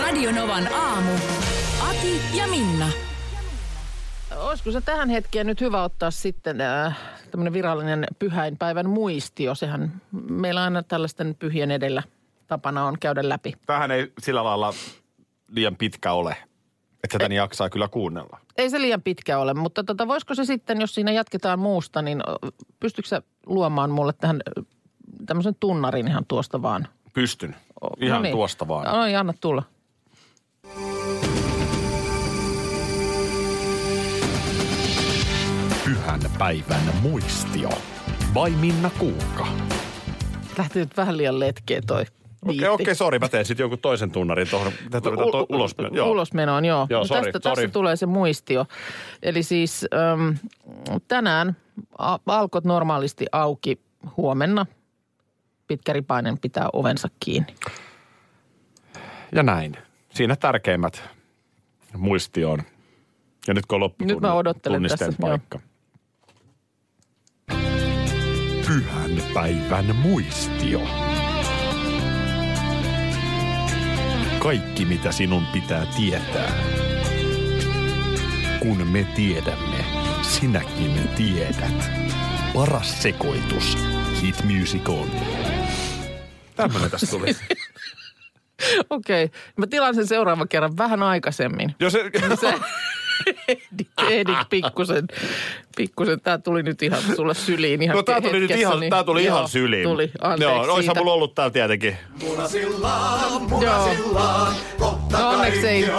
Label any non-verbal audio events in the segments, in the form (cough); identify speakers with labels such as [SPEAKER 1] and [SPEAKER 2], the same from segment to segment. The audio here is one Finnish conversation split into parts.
[SPEAKER 1] Radionovan aamu. Ati ja Minna.
[SPEAKER 2] Olisiko se tähän hetkeen nyt hyvä ottaa sitten äh, tämmöinen virallinen pyhäinpäivän muistio? Sehän meillä aina tällaisten pyhien edellä tapana on käydä läpi.
[SPEAKER 3] tämähän ei sillä lailla liian pitkä ole, että tän jaksaa kyllä kuunnella.
[SPEAKER 2] Ei se liian pitkä ole, mutta tota, voisiko se sitten, jos siinä jatketaan muusta, niin ö, pystytkö sä luomaan mulle tähän ö, tämmöisen tunnarin ihan tuosta vaan?
[SPEAKER 3] Pystyn.
[SPEAKER 2] O-
[SPEAKER 3] Ihan
[SPEAKER 2] no niin.
[SPEAKER 3] tuosta vaan.
[SPEAKER 2] No niin, anna tulla.
[SPEAKER 3] Pyhän päivän muistio. Vai Minna Kuukka?
[SPEAKER 2] Lähti nyt vähän liian letkeä toi
[SPEAKER 3] Okei,
[SPEAKER 2] biitti.
[SPEAKER 3] okay, okay, sori, mä teen sitten jonkun toisen tunnarin tuohon. Tätä tarvitaan to-
[SPEAKER 2] U- u-
[SPEAKER 3] ulos. Joo.
[SPEAKER 2] Ulosmenoon, joo.
[SPEAKER 3] Joo,
[SPEAKER 2] No
[SPEAKER 3] sori,
[SPEAKER 2] tästä,
[SPEAKER 3] sori.
[SPEAKER 2] tästä tulee se muistio. Eli siis äm, tänään a- alkot normaalisti auki huomenna. Pitkäripainen pitää ovensa kiinni.
[SPEAKER 3] Ja näin. Siinä tärkeimmät muistioon. Ja nyt kun on
[SPEAKER 2] Nyt mä odottelen
[SPEAKER 3] tunnisteen
[SPEAKER 2] tässä,
[SPEAKER 3] paikka. Pyhän päivän muistio. Kaikki mitä sinun pitää tietää. Kun me tiedämme, sinäkin tiedät. Paras sekoitus. Hit Music on. Tämmönen tästä
[SPEAKER 2] (laughs)
[SPEAKER 3] tuli.
[SPEAKER 2] Okei, okay. mä tilaan sen seuraavan kerran vähän aikaisemmin.
[SPEAKER 3] Jos se,
[SPEAKER 2] No Se ehdit, ehdit pikkusen, pikkusen. Tämä tuli nyt ihan sulle syliin ihan
[SPEAKER 3] no tää tuli nyt
[SPEAKER 2] hetkessä,
[SPEAKER 3] ihan,
[SPEAKER 2] niin-
[SPEAKER 3] tää tuli
[SPEAKER 2] joo,
[SPEAKER 3] ihan syliin.
[SPEAKER 2] Tuli, anteeksi
[SPEAKER 3] Joo, oishan
[SPEAKER 2] siitä.
[SPEAKER 3] mulla ollut täällä tietenkin.
[SPEAKER 2] Joo. No onneksi ei,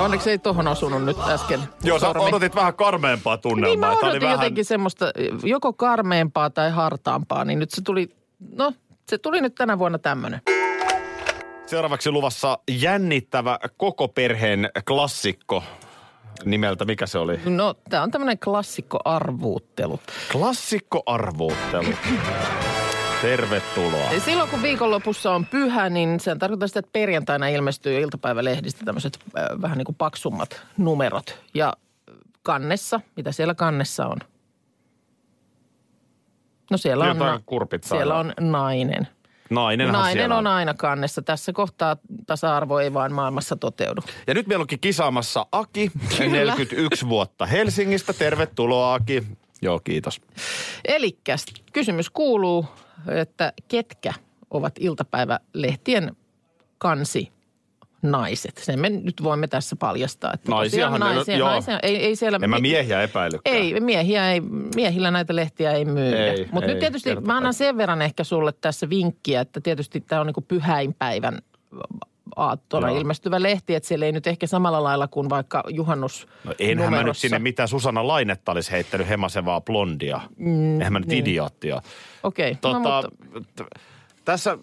[SPEAKER 2] onneksi ei tohon osunut nyt äsken.
[SPEAKER 3] Joo, sä
[SPEAKER 2] sormi.
[SPEAKER 3] odotit vähän karmeempaa tunnelmaa.
[SPEAKER 2] Niin mä
[SPEAKER 3] Tää oli
[SPEAKER 2] odotin jotenkin semmoista joko karmeempaa tai hartaampaa, niin nyt se tuli, no se tuli nyt tänä vuonna tämmönen.
[SPEAKER 3] Seuraavaksi luvassa jännittävä koko perheen klassikko nimeltä, mikä se oli?
[SPEAKER 2] No tää on tämmönen klassikko arvuuttelu.
[SPEAKER 3] Klassikkoarvuuttelu. Tervetuloa.
[SPEAKER 2] Ja Silloin kun viikonlopussa on pyhä, niin se tarkoittaa sitä, että perjantaina ilmestyy jo iltapäivälehdistä tämmöiset äh, vähän niin kuin paksummat numerot. Ja kannessa, mitä siellä kannessa on? No siellä on,
[SPEAKER 3] Jotain kurpitsaa.
[SPEAKER 2] siellä on nainen.
[SPEAKER 3] Nainenhan
[SPEAKER 2] Nainen
[SPEAKER 3] siellä
[SPEAKER 2] on aina kannessa. Tässä kohtaa tasa-arvo ei vaan maailmassa toteudu.
[SPEAKER 3] Ja nyt meillä onkin kisaamassa Aki,
[SPEAKER 2] Kyllä.
[SPEAKER 3] 41 vuotta Helsingistä. Tervetuloa Aki. Joo, kiitos.
[SPEAKER 2] Eli kysymys kuuluu, että ketkä ovat iltapäivälehtien kansi naiset? Sen me nyt voimme tässä paljastaa. Että
[SPEAKER 3] Naisiahan
[SPEAKER 2] tosiaan
[SPEAKER 3] ne-
[SPEAKER 2] naisia,
[SPEAKER 3] joo.
[SPEAKER 2] naisia, ei, ei siellä,
[SPEAKER 3] En mä miehiä epäilykään.
[SPEAKER 2] ei, miehiä ei, miehillä näitä lehtiä ei myydä.
[SPEAKER 3] Ei,
[SPEAKER 2] Mutta nyt
[SPEAKER 3] ei,
[SPEAKER 2] tietysti
[SPEAKER 3] kerta
[SPEAKER 2] mä annan
[SPEAKER 3] kaikkiaan.
[SPEAKER 2] sen verran ehkä sulle tässä vinkkiä, että tietysti tämä on niinku pyhäinpäivän aattona
[SPEAKER 3] Joo.
[SPEAKER 2] ilmestyvä lehti, että siellä ei nyt ehkä samalla lailla kuin vaikka juhannus
[SPEAKER 3] No enhän mä nyt
[SPEAKER 2] numerossa.
[SPEAKER 3] sinne mitään Susanna Lainetta olisi heittänyt hemasevaa blondia. Mm, enhän mä nyt niin. idioottia.
[SPEAKER 2] Okei, okay.
[SPEAKER 3] Tota,
[SPEAKER 2] no, mutta...
[SPEAKER 3] t- tässä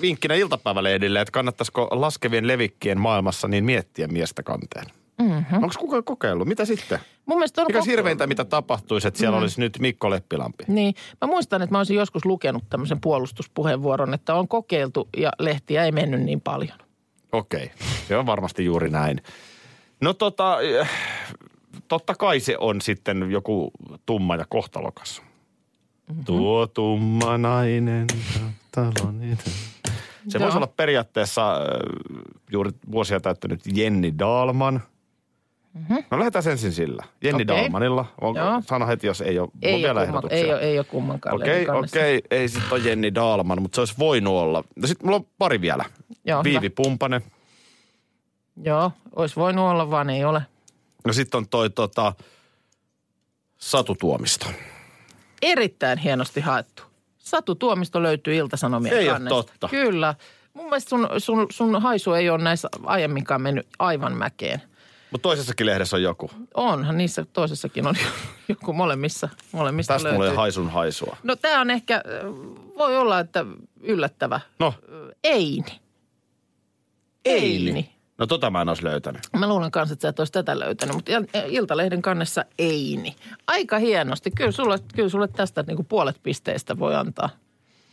[SPEAKER 3] vinkkinä iltapäivälehdille, että kannattaisiko laskevien levikkien maailmassa niin miettiä miestä kanteen. Mm-hmm. Onko kukaan kokeillut? Mitä sitten?
[SPEAKER 2] Mun mielestä on
[SPEAKER 3] Mikä hirveintä, mitä tapahtuisi, että siellä No, mm. olisi nyt Mikko Leppilampi?
[SPEAKER 2] Niin. Mä muistan, että mä olisin joskus lukenut tämmöisen puolustuspuheenvuoron, että on kokeiltu ja lehtiä ei mennyt niin paljon.
[SPEAKER 3] Okei, se on varmasti juuri näin. No tota, eh, totta kai se on sitten joku tumma ja kohtalokas.
[SPEAKER 2] Mhm.
[SPEAKER 3] Mm-hmm. Tuo tumma nainen, kohtalon itä. Se
[SPEAKER 2] Joo.
[SPEAKER 3] voisi olla periaatteessa eh, juuri vuosia täyttänyt Jenni Daalman. Mm-hmm. No lähdetään ensin sillä. Jenni
[SPEAKER 2] Mhm. Okei.
[SPEAKER 3] okay. Daalmanilla. Onko,
[SPEAKER 2] Joo.
[SPEAKER 3] sano heti, jos ei ole,
[SPEAKER 2] Ei
[SPEAKER 3] vielä
[SPEAKER 2] ole, kumman,
[SPEAKER 3] ehdotuksia.
[SPEAKER 2] ei, ole, ei ole kummankaan
[SPEAKER 3] Okei,
[SPEAKER 2] lehdin kannessa.
[SPEAKER 3] okei. Ei sit ole Jenni Daalman, mutta se olisi voinut olla. No sit mulla on pari vielä.
[SPEAKER 2] Joo,
[SPEAKER 3] Viivi
[SPEAKER 2] hyvä.
[SPEAKER 3] Pumpanen.
[SPEAKER 2] Joo, olisi voinut olla, vaan ei ole.
[SPEAKER 3] No sitten on toi tota, Satu Tuomisto.
[SPEAKER 2] Erittäin hienosti haettu. Satu Tuomisto löytyy Ilta-Sanomien
[SPEAKER 3] Ei oo
[SPEAKER 2] kannesta.
[SPEAKER 3] totta.
[SPEAKER 2] Kyllä. Mun mielestä sun, sun, sun haisu ei ole näissä aiemminkaan mennyt aivan mäkeen.
[SPEAKER 3] Mutta toisessakin lehdessä on joku.
[SPEAKER 2] Onhan niissä toisessakin on (laughs) joku molemmissa. molemmista
[SPEAKER 3] Tästä
[SPEAKER 2] löytyy.
[SPEAKER 3] mulla ei haisun haisua.
[SPEAKER 2] No tämä on ehkä, voi olla, että yllättävä.
[SPEAKER 3] No,
[SPEAKER 2] Eini. Eini.
[SPEAKER 3] No tota mä en olisi löytänyt.
[SPEAKER 2] Mä luulen kanssa, että sä et olisi tätä löytänyt, mutta Il- Iltalehden kannessa Eini. Aika hienosti. Kyllä sulle, kyllä sulle tästä niin kuin puolet pisteistä voi antaa.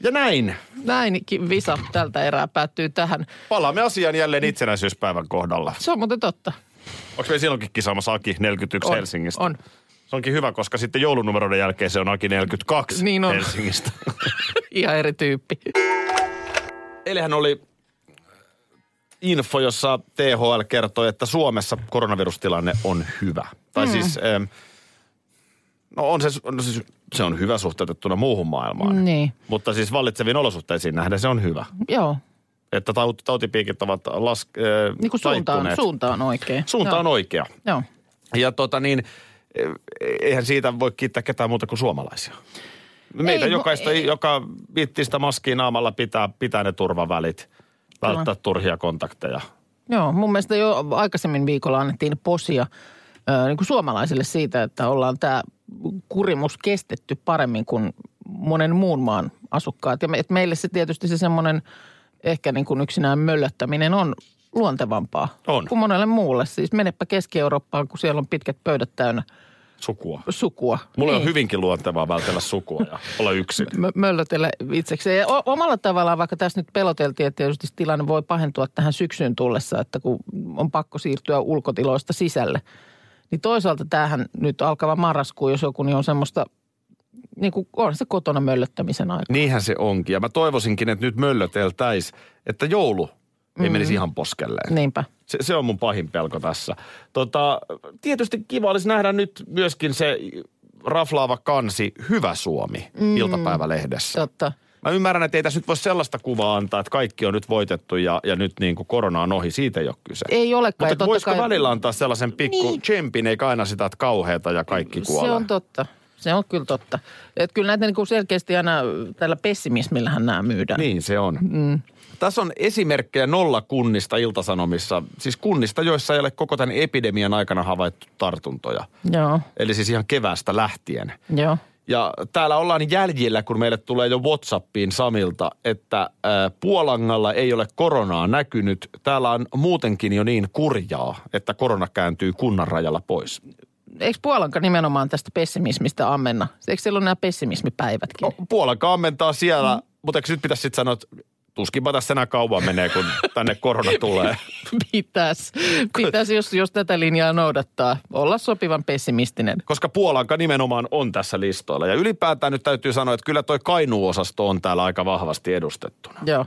[SPEAKER 3] Ja näin.
[SPEAKER 2] Näin ki- visa tältä erää päättyy tähän.
[SPEAKER 3] Palaamme asiaan jälleen itsenäisyyspäivän kohdalla.
[SPEAKER 2] Se on muuten totta.
[SPEAKER 3] Onko meillä silloinkin kisaamassa Aki 41
[SPEAKER 2] On,
[SPEAKER 3] Helsingistä?
[SPEAKER 2] on.
[SPEAKER 3] Se onkin hyvä, koska sitten joulunumeroiden jälkeen se on Aki 42
[SPEAKER 2] Niin on.
[SPEAKER 3] Helsingistä.
[SPEAKER 2] (laughs) Ihan eri tyyppi.
[SPEAKER 3] Eilähän oli info, jossa THL kertoi, että Suomessa koronavirustilanne on hyvä. Tai
[SPEAKER 2] Hmm.
[SPEAKER 3] siis, em, no on se, no siis, se on hyvä suhteutettuna muuhun maailmaan.
[SPEAKER 2] Niin.
[SPEAKER 3] Mutta siis vallitseviin olosuhteisiin nähden se on hyvä.
[SPEAKER 2] Joo. Että
[SPEAKER 3] Että taut, tautipiikit ovat las, äh,
[SPEAKER 2] niin kuin suuntaan, suuntaan oikein.
[SPEAKER 3] suunta on
[SPEAKER 2] Joo.
[SPEAKER 3] oikea.
[SPEAKER 2] Joo.
[SPEAKER 3] Ja tota niin, e- eihän siitä voi kiittää ketään muuta kuin suomalaisia. Meitä
[SPEAKER 2] Ei,
[SPEAKER 3] ei,
[SPEAKER 2] vo-
[SPEAKER 3] jokaista,
[SPEAKER 2] ei.
[SPEAKER 3] ei. joka viitti sitä maskia naamalla pitää, pitää ne turvavälit, välttää turhia kontakteja.
[SPEAKER 2] Joo, mun mielestä jo aikaisemmin viikolla annettiin posia ö, niin kuin suomalaisille siitä, että ollaan tämä kurimus kestetty paremmin kuin monen muun maan asukkaat. Ja me, et meille se tietysti se semmoinen ehkä niin kuin yksinään möllöttäminen on luontevampaa
[SPEAKER 3] On.
[SPEAKER 2] kuin monelle muulle. Siis menepä Keski-Eurooppaan, kun siellä on pitkät pöydät täynnä
[SPEAKER 3] Sukua.
[SPEAKER 2] sukua.
[SPEAKER 3] Mulle niin.
[SPEAKER 2] Niin.
[SPEAKER 3] on hyvinkin luontevaa vältellä sukua ja olla
[SPEAKER 2] (laughs)
[SPEAKER 3] yksin.
[SPEAKER 2] mö- möllötellä itsekseen. Ja o- omalla tavallaan, vaikka tässä nyt peloteltiin, että tietysti tilanne voi pahentua tähän syksyn tullessa, että kun on pakko siirtyä ulkotiloista sisälle. Niin toisaalta tämähän nyt alkava marraskuu, jos joku, niin on semmoista, niin kuin on se kotona möllöttämisen aika.
[SPEAKER 3] Niinhän se onkin. Ja mä toivoisinkin, että nyt möllöteltäis, että joulu ei menisi ihan poskelleen.
[SPEAKER 2] Niinpä.
[SPEAKER 3] Se, se on mun pahin pelko tässä. Tota, tietysti kiva olisi nähdä nyt myöskin se raflaava kansi Hyvä Suomi mm. iltapäivälehdessä.
[SPEAKER 2] Totta.
[SPEAKER 3] Mä ymmärrän, että ei tässä nyt voi sellaista kuvaa antaa, että kaikki on nyt voitettu ja, ja nyt niin kuin korona on ohi. Siitä ei ole kyse.
[SPEAKER 2] Ei olekaan.
[SPEAKER 3] Mutta
[SPEAKER 2] ja
[SPEAKER 3] että
[SPEAKER 2] totta
[SPEAKER 3] voisiko
[SPEAKER 2] kai-
[SPEAKER 3] välillä antaa sellaisen pikku niin. tsempin, eikä aina sitä, että kauheeta ja kaikki kuolee.
[SPEAKER 2] Se on totta. Se on kyllä totta. Et kyllä näitä niin kuin selkeästi aina tällä pessimismillähän nämä myydään.
[SPEAKER 3] Niin se on. Mm. Tässä on esimerkkejä nollakunnista iltasanomissa, siis kunnista, joissa ei ole koko tämän epidemian aikana havaittu tartuntoja.
[SPEAKER 2] Joo,
[SPEAKER 3] Eli siis ihan keväästä lähtien.
[SPEAKER 2] joo.
[SPEAKER 3] Ja täällä ollaan jäljillä, kun meille tulee jo Whatsappiin Samilta, että äh, Puolangalla ei ole koronaa näkynyt. Täällä on muutenkin jo niin kurjaa, että korona kääntyy kunnan rajalla pois.
[SPEAKER 2] Eikö Puolanka nimenomaan tästä pessimismistä ammenna? Eikö siellä ole nämä pessimismipäivätkin?
[SPEAKER 3] No, Puolanka ammentaa siellä, mm. mutta eikö nyt pitäisi sitten sanoa, että tuskinpa tässä enää kauan menee, kun tänne korona tulee.
[SPEAKER 2] Pitäisi, (laughs) pitäis, jos, jos tätä linjaa noudattaa, olla sopivan pessimistinen.
[SPEAKER 3] koska Puolanka nimenomaan on tässä listoilla. Ja ylipäätään nyt täytyy sanoa, että kyllä toi Kainuu-osasto on täällä aika vahvasti edustettuna.
[SPEAKER 2] Joo.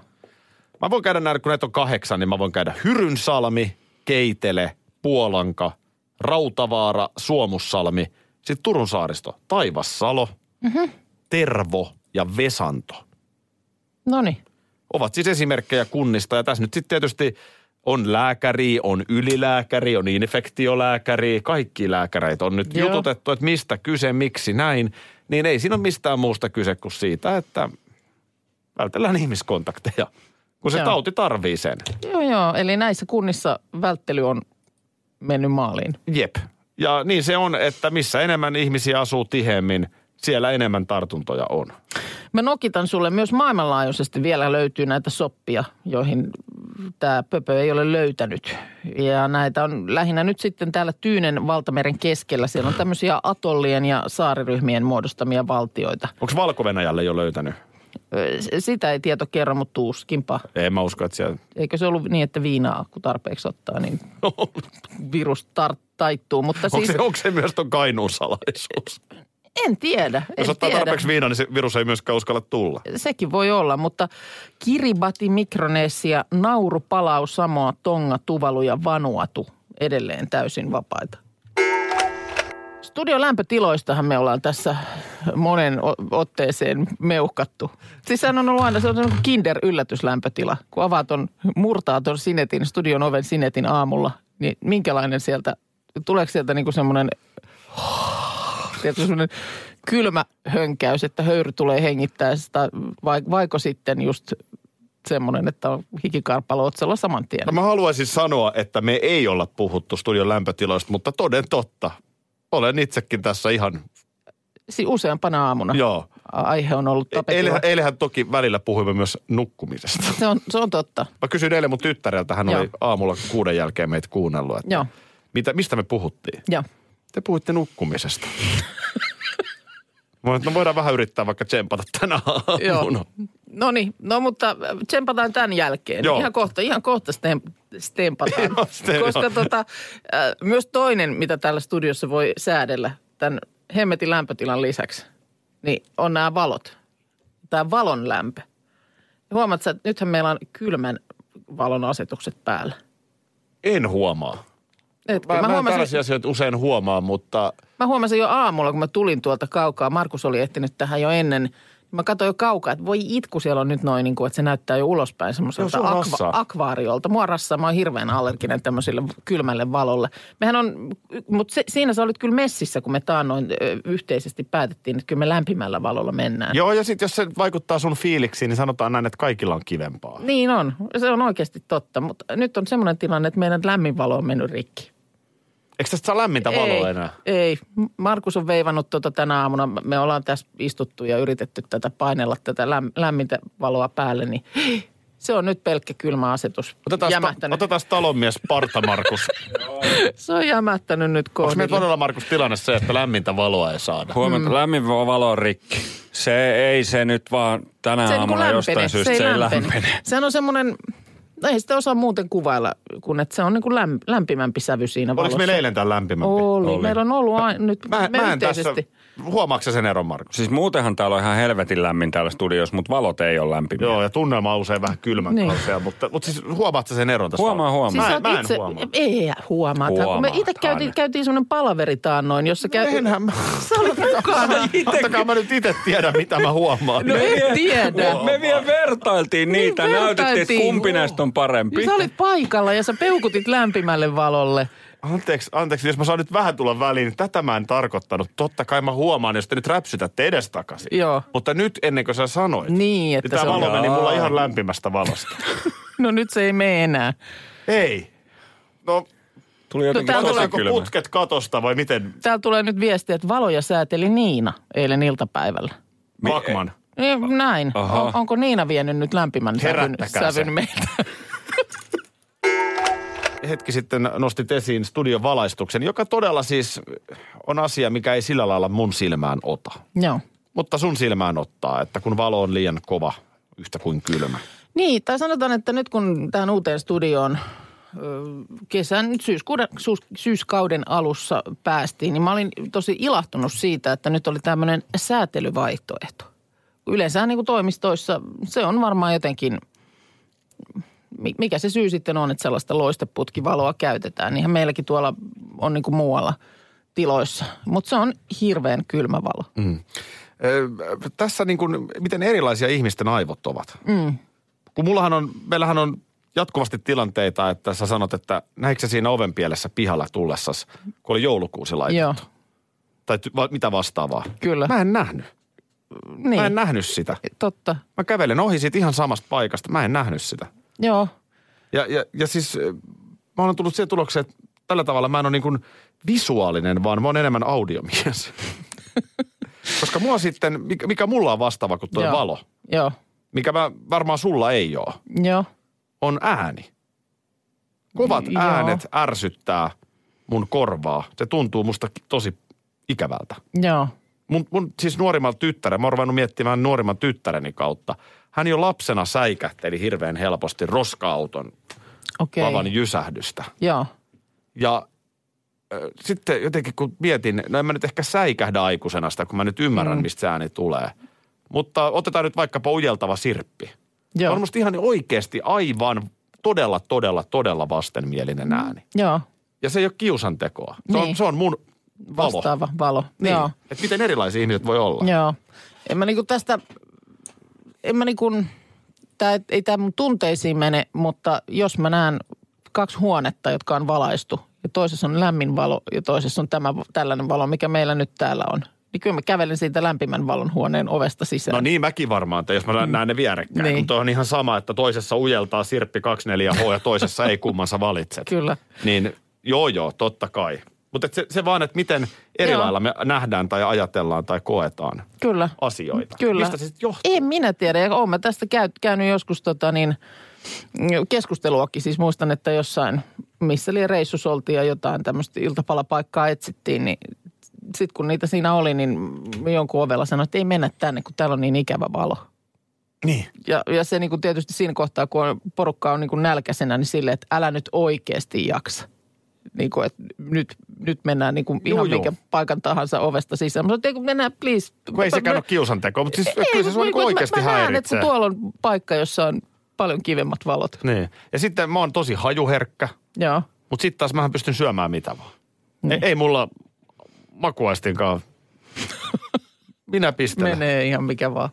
[SPEAKER 3] Mä voin käydä näitä, kun näitä on kahdeksan, niin mä voin käydä Hyrynsalmi, Keitele, Puolanka, Rautavaara, Suomussalmi, sitten Turun saaristo, Taivassalo, mm-hmm.
[SPEAKER 2] Mhm.
[SPEAKER 3] Tervo ja Vesanto.
[SPEAKER 2] No niin.
[SPEAKER 3] Ovat siis esimerkkejä kunnista ja tässä nyt sitten tietysti on lääkäri, on ylilääkäri, on infektiolääkäri, kaikki lääkäreitä on nyt
[SPEAKER 2] Joo.
[SPEAKER 3] Joo. jututettu, että mistä kyse, miksi näin, niin ei siinä ole mistään muusta kyse kuin siitä, että vältellään ihmiskontakteja, kun se
[SPEAKER 2] Joo.
[SPEAKER 3] Joo. tauti tarvii sen.
[SPEAKER 2] Joo, joo. Eli näissä kunnissa välttely on mennyt maaliin.
[SPEAKER 3] Jep. Ja niin se on, että missä enemmän ihmisiä asuu tiheemmin, siellä enemmän tartuntoja on.
[SPEAKER 2] Mä nokitan sulle, myös maailmanlaajuisesti vielä löytyy näitä soppia, joihin tämä pöpö ei ole löytänyt. Ja näitä on lähinnä nyt sitten täällä Tyynen valtameren keskellä. Siellä on tämmöisiä atollien ja saariryhmien muodostamia valtioita.
[SPEAKER 3] Onko valko jo löytänyt?
[SPEAKER 2] Ö, s- Sitä ei tieto kerro, mutta tuuskinpa.
[SPEAKER 3] Ei mä usko, että siellä...
[SPEAKER 2] Eikö se ollut niin, että viinaa kun tarpeeksi ottaa,
[SPEAKER 3] (laughs)
[SPEAKER 2] niin virus tar- taittuu. Mutta
[SPEAKER 3] Onko
[SPEAKER 2] siis
[SPEAKER 3] se, onko se myös ton Kainuun salaisuus?
[SPEAKER 2] en tiedä, en
[SPEAKER 3] Jos ottaa
[SPEAKER 2] tiedä.
[SPEAKER 3] tarpeeksi viinaa, niin se virus ei myöskään uskalla tulla.
[SPEAKER 2] Sekin voi olla, mutta Kiribati, Mikronesia, Nauru, Palau, Samoa, Tonga, Tuvalu ja Vanuatu edelleen täysin vapaita. Studion lämpötiloistahan me ollaan tässä monen o- otteeseen meuhkattu. Siis sehän on ollut aina se on niin kuin kinder-yllätyslämpötila. Kun avaat on, murtaa ton sinetin, studion oven sinetin aamulla, niin minkälainen sieltä, tuleeko sieltä niin kuin semmoinen Tiedätkö, semmoinen kylmä hönkäys, että höyry tulee hengittäessä, vai, vaiko sitten just semmoinen, että on hikikarpalo otsalla saman tien.
[SPEAKER 3] No mä haluaisin sanoa, että me ei olla puhuttu studion lämpötiloista, mutta toden totta. Olen itsekin tässä ihan,
[SPEAKER 2] Siis useampana aamuna.
[SPEAKER 3] joo. E-
[SPEAKER 2] aihe on ollut tapetilla.
[SPEAKER 3] Eilen, eilenhän toki välillä puhuimme myös nukkumisesta.
[SPEAKER 2] Se on, se on totta.
[SPEAKER 3] Mä kysyin eilen mun tyttäreltä, hän oli
[SPEAKER 2] Joo.
[SPEAKER 3] aamulla kuuden jälkeen meitä kuunnellut, että
[SPEAKER 2] Joo.
[SPEAKER 3] mitä, mistä me puhuttiin?
[SPEAKER 2] Joo.
[SPEAKER 3] Te puhuitte nukkumisesta. Mä sanoin, että no voidaan vähän yrittää vaikka tsempata tänä (laughs)
[SPEAKER 2] Joo.
[SPEAKER 3] aamuna.
[SPEAKER 2] No niin, no mutta tsempataan tämän jälkeen.
[SPEAKER 3] Joo.
[SPEAKER 2] Ihan kohta, ihan kohta stem- stempataan.
[SPEAKER 3] (laughs) Joo, stem- joo.
[SPEAKER 2] Koska tota, äh, myös toinen, mitä täällä studiossa voi säädellä tämän hemmetin lämpötilan lisäksi, niin on nämä valot. Tämä valon lämpö. Ja Huomaat sä, että nythän meillä on kylmän valon asetukset päällä.
[SPEAKER 3] En huomaa.
[SPEAKER 2] Etkö?
[SPEAKER 3] Mä, mä, mä tällaisia asioita usein huomaan, mutta
[SPEAKER 2] Mä huomasin jo aamulla, kun mä tulin tuolta kaukaa. Markus oli ehtinyt tähän jo ennen. niin Mä katsoin jo kaukaa, että voi itku siellä on nyt noin, niin kuin, että se näyttää jo ulospäin semmoiselta
[SPEAKER 3] Joo, sua
[SPEAKER 2] akva-
[SPEAKER 3] rassaa.
[SPEAKER 2] akvaariolta. Mua rassaa, mä oon hirveän allerginen tämmöiselle kylmälle valolle. Mehän on, mutta se, siinä sä olit kyllä messissä, kun me taannoin ö, yhteisesti päätettiin, että kyllä me lämpimällä valolla mennään.
[SPEAKER 3] joo ja sitten jos se vaikuttaa sun fiiliksiin, niin sanotaan näin, että kaikilla on kivempaa.
[SPEAKER 2] Niin on, se on oikeasti totta, mutta nyt on semmoinen tilanne, että meidän lämmin valo on mennyt rikki.
[SPEAKER 3] Eikö tästä saa lämmintä valoa enää?
[SPEAKER 2] Ei. Markus on veivannut tuota tänä aamuna. Me ollaan tässä istuttu ja yritetty tätä painella tätä läm- lämmintä valoa päälle, niin (gasps) se on nyt pelkkä kylmä asetus.
[SPEAKER 3] Otetaan, ta-
[SPEAKER 2] jämähtänyt.
[SPEAKER 3] otetaan talonmies
[SPEAKER 2] (laughs)
[SPEAKER 3] Parta Markus.
[SPEAKER 2] Se on jämähtänyt nyt
[SPEAKER 3] Onko meillä
[SPEAKER 2] kohdille.
[SPEAKER 3] todella Markus tilanne se, että lämmintä valoa ei saada?
[SPEAKER 4] Huomenta, mm. lämmin valo on rikki. Se ei se nyt vaan tänä
[SPEAKER 2] Se ei niinku
[SPEAKER 4] aamuna
[SPEAKER 2] lämpene.
[SPEAKER 4] jostain syystä se ei lämpene.
[SPEAKER 2] Sehän on semmoinen, no ei sitä osaa muuten kuvailla, kun että se on niin kuin lämp- lämpimämpi sävy siinä
[SPEAKER 3] Oliko
[SPEAKER 2] valossa.
[SPEAKER 3] meillä eilen tämä lämpimämpi?
[SPEAKER 2] Oli. Oli. Meillä on ollut aina nyt
[SPEAKER 3] Mä,
[SPEAKER 2] me
[SPEAKER 3] mä en tässä,
[SPEAKER 2] yhteisesti.
[SPEAKER 3] huomaatko sä sen eron Markus?
[SPEAKER 4] Siis muutenhan täällä on ihan helvetin lämmin täällä studiossa, mutta valot ei ole lämpimiä.
[SPEAKER 3] Joo, ja tunnelma on usein vähän kylmän
[SPEAKER 2] Niin.
[SPEAKER 3] niin. kalsea, mutta, mutta siis huomaatko sä sen eron tässä?
[SPEAKER 4] Huomaa, huomaa.
[SPEAKER 2] Siis
[SPEAKER 3] Mä-
[SPEAKER 2] sä oot
[SPEAKER 3] mä en
[SPEAKER 2] itse,
[SPEAKER 3] huomaa.
[SPEAKER 2] Ei huomaa. Kun me itse
[SPEAKER 4] Huomaataan.
[SPEAKER 2] käytiin, käytiin semmoinen palaveri taannoin, jossa käy...
[SPEAKER 3] Enhän mä.
[SPEAKER 2] Sä olit mukana.
[SPEAKER 3] Ottakaa mä nyt itse tiedä, mitä mä huomaan.
[SPEAKER 2] No en tiedä.
[SPEAKER 4] Me, me vielä vertailtiin
[SPEAKER 2] Niin,
[SPEAKER 4] niitä, näytettiin, että
[SPEAKER 2] vertailtiin.
[SPEAKER 4] kumpi näistä on parempi.
[SPEAKER 2] Niin Sä olit paikalla ja sä peukutit lämpimälle valolle.
[SPEAKER 3] Anteeksi, anteeksi, jos mä saan nyt vähän tulla väliin, niin tätä mä en tarkoittanut. Totta kai mä huomaan, jos te nyt räpsytätte edestakaisin.
[SPEAKER 2] Joo.
[SPEAKER 3] Mutta nyt ennen kuin sä sanoit,
[SPEAKER 2] Niin, että
[SPEAKER 3] tämä
[SPEAKER 2] se on-
[SPEAKER 3] valo meni
[SPEAKER 4] Jaa.
[SPEAKER 3] mulla ihan lämpimästä valosta.
[SPEAKER 2] No nyt se ei mene enää.
[SPEAKER 3] Ei. No,
[SPEAKER 4] Tuli jotenkin
[SPEAKER 2] tää tulee
[SPEAKER 4] tosi
[SPEAKER 3] otetaanko
[SPEAKER 4] kylmä.
[SPEAKER 3] putket katosta vai miten?
[SPEAKER 2] Täällä tulee nyt viesti, että valoja sääteli Niina eilen iltapäivällä.
[SPEAKER 3] Bakman.
[SPEAKER 2] Niin, näin.
[SPEAKER 4] Aha.
[SPEAKER 2] On, onko Niina vienyt nyt lämpimän sävyn,
[SPEAKER 3] Herättäkää se.
[SPEAKER 2] sävyn meiltä?
[SPEAKER 3] hetki sitten nostit esiin studion valaistuksen, joka todella siis on asia, mikä ei sillä lailla mun silmään ota.
[SPEAKER 2] Joo.
[SPEAKER 3] Mutta sun silmään ottaa, että kun valo on liian kova, yhtä kuin kylmä.
[SPEAKER 2] Niin, tai sanotaan, että nyt kun tähän uuteen studioon ö, kesän syyskuuden, syys, syyskauden alussa päästiin, niin mä olin tosi ilahtunut siitä, että nyt oli tämmöinen säätelyvaihtoehto. Yleensä niin kuin toimistoissa se on varmaan jotenkin, mi- mikä se syy sitten on, että sellaista loisteputkivaloa käytetään. Niinhän meilläkin tuolla on niin kuin muualla tiloissa, mutta se on hirveän kylmä valo.
[SPEAKER 3] Ö, tässä niin kuin, miten erilaisia ihmisten aivot ovat. Mm. Kun mullahan on, meillähän on jatkuvasti tilanteita, että sä sanot, että näikö sä siinä ovenpielessä pihalla tullessas, kun oli joulukuusi laitettu.
[SPEAKER 2] Joo,
[SPEAKER 3] Tai ty- va- mitä vastaavaa.
[SPEAKER 2] kyllä.
[SPEAKER 3] Mä en nähnyt.
[SPEAKER 2] niin,
[SPEAKER 3] Mä en nähnyt sitä.
[SPEAKER 2] totta.
[SPEAKER 3] Mä kävelen ohi siitä ihan samasta paikasta. Mä en nähnyt sitä.
[SPEAKER 2] Joo,
[SPEAKER 3] Ja, ja, ja siis ö, mä olen tullut siihen tulokseen, että tällä tavalla mä en ole niin kuin visuaalinen, vaan mä oon enemmän audiomies. (laughs) Koska mua sitten, mikä, mikä mulla on vastaava kuin tuo
[SPEAKER 2] Joo.
[SPEAKER 3] valo,
[SPEAKER 2] joo,
[SPEAKER 3] mikä mä, varmaan sulla ei ole,
[SPEAKER 2] joo.
[SPEAKER 3] on ääni. Kovat
[SPEAKER 2] Joo.
[SPEAKER 3] äänet ärsyttää mun korvaa. Se tuntuu musta ki- tosi ikävältä.
[SPEAKER 2] Joo,
[SPEAKER 3] Mun, mun siis nuorimman tyttären, mä oon ruvennut miettimään nuorimman tyttäreni kautta. Hän jo lapsena säikähteli hirveän helposti roska-auton
[SPEAKER 2] okei.
[SPEAKER 3] pavan jysähdystä.
[SPEAKER 2] Joo,
[SPEAKER 3] Ja äh, sitten jotenkin kun mietin, no en mä nyt ehkä säikähdä aikuisena sitä, kun mä nyt ymmärrän, mm. mistä se ääni tulee. Mutta otetaan nyt vaikkapa ujeltava sirppi. Joo.
[SPEAKER 2] joo,
[SPEAKER 3] On musta ihan oikeasti aivan todella, todella, todella vastenmielinen ääni.
[SPEAKER 2] joo,
[SPEAKER 3] Ja se ei ole kiusantekoa. Se, on,
[SPEAKER 2] Mm. Niin.
[SPEAKER 3] se on mun valo.
[SPEAKER 2] vastaava valo.
[SPEAKER 3] Niin.
[SPEAKER 2] Joo,
[SPEAKER 3] Et miten erilaisia ihmiset voi olla.
[SPEAKER 2] joo. En mä niinku tästä, en mä niinku, tää, ei tää mun tunteisiin mene, mutta jos mä näen kaksi huonetta, jotka on valaistu ja toisessa on lämmin valo ja toisessa on tämä, tällainen valo, mikä meillä nyt täällä on, niin kyllä mä kävelen siitä lämpimän valon huoneen ovesta sisään.
[SPEAKER 3] No niin mäkin varmaan, että jos mä näen ne vierekkäin.
[SPEAKER 2] Niin.
[SPEAKER 3] Niin. Mutta on ihan sama, että toisessa ujeltaa sirppi 24H ja toisessa ei kummansa valitset.
[SPEAKER 2] Kyllä.
[SPEAKER 3] Niin joo joo, totta kai. Mutta et se, se vaan, että miten eri
[SPEAKER 2] Joo.
[SPEAKER 3] lailla me nähdään tai ajatellaan tai koetaan
[SPEAKER 2] Kyllä.
[SPEAKER 3] asioita.
[SPEAKER 2] Kyllä.
[SPEAKER 3] Mistä se sitten johtuu?
[SPEAKER 2] En minä tiedä. Ja olen mä tästä käy, käynyt joskus tota niin, keskusteluakin. Siis muistan, että jossain, missä liian reissus oltiin ja jotain tämmöistä iltapalapaikkaa etsittiin, niin sitten kun niitä siinä oli, niin jonkun ovella sanoi, että ei mennä tänne, kun täällä on niin ikävä valo.
[SPEAKER 3] Niin.
[SPEAKER 2] Ja, ja se niin kuin tietysti siinä kohtaa, kun on, porukka on niin kuin nälkäisenä, niin silleen, että älä nyt oikeasti jaksa. Niin kuin, että nyt, nyt mennään niin kuin ihan
[SPEAKER 3] Juu, juu.
[SPEAKER 2] minkä paikan tahansa ovesta sisään. Mä sanoin, että ei kun mennään, please.
[SPEAKER 3] Kun ei sekään ole kiusantekoa, mutta siis ei, kyllä se
[SPEAKER 2] kun-
[SPEAKER 3] sua niin,
[SPEAKER 2] kun niinku, mä-
[SPEAKER 3] oikeasti
[SPEAKER 2] mä, näen, että
[SPEAKER 3] häiritsee.
[SPEAKER 2] se tuolla on paikka, jossa on paljon kivemmät valot.
[SPEAKER 3] Niin. Ja sitten mä oon tosi hajuherkkä,
[SPEAKER 2] Joo.
[SPEAKER 3] mutta sitten taas mähän pystyn syömään mitä vaan.
[SPEAKER 2] Niin.
[SPEAKER 3] Ei, ei mulla makuaistinkaan.
[SPEAKER 2] (laughs)
[SPEAKER 3] Minä pistelen.
[SPEAKER 2] Menee ihan mikä vaan.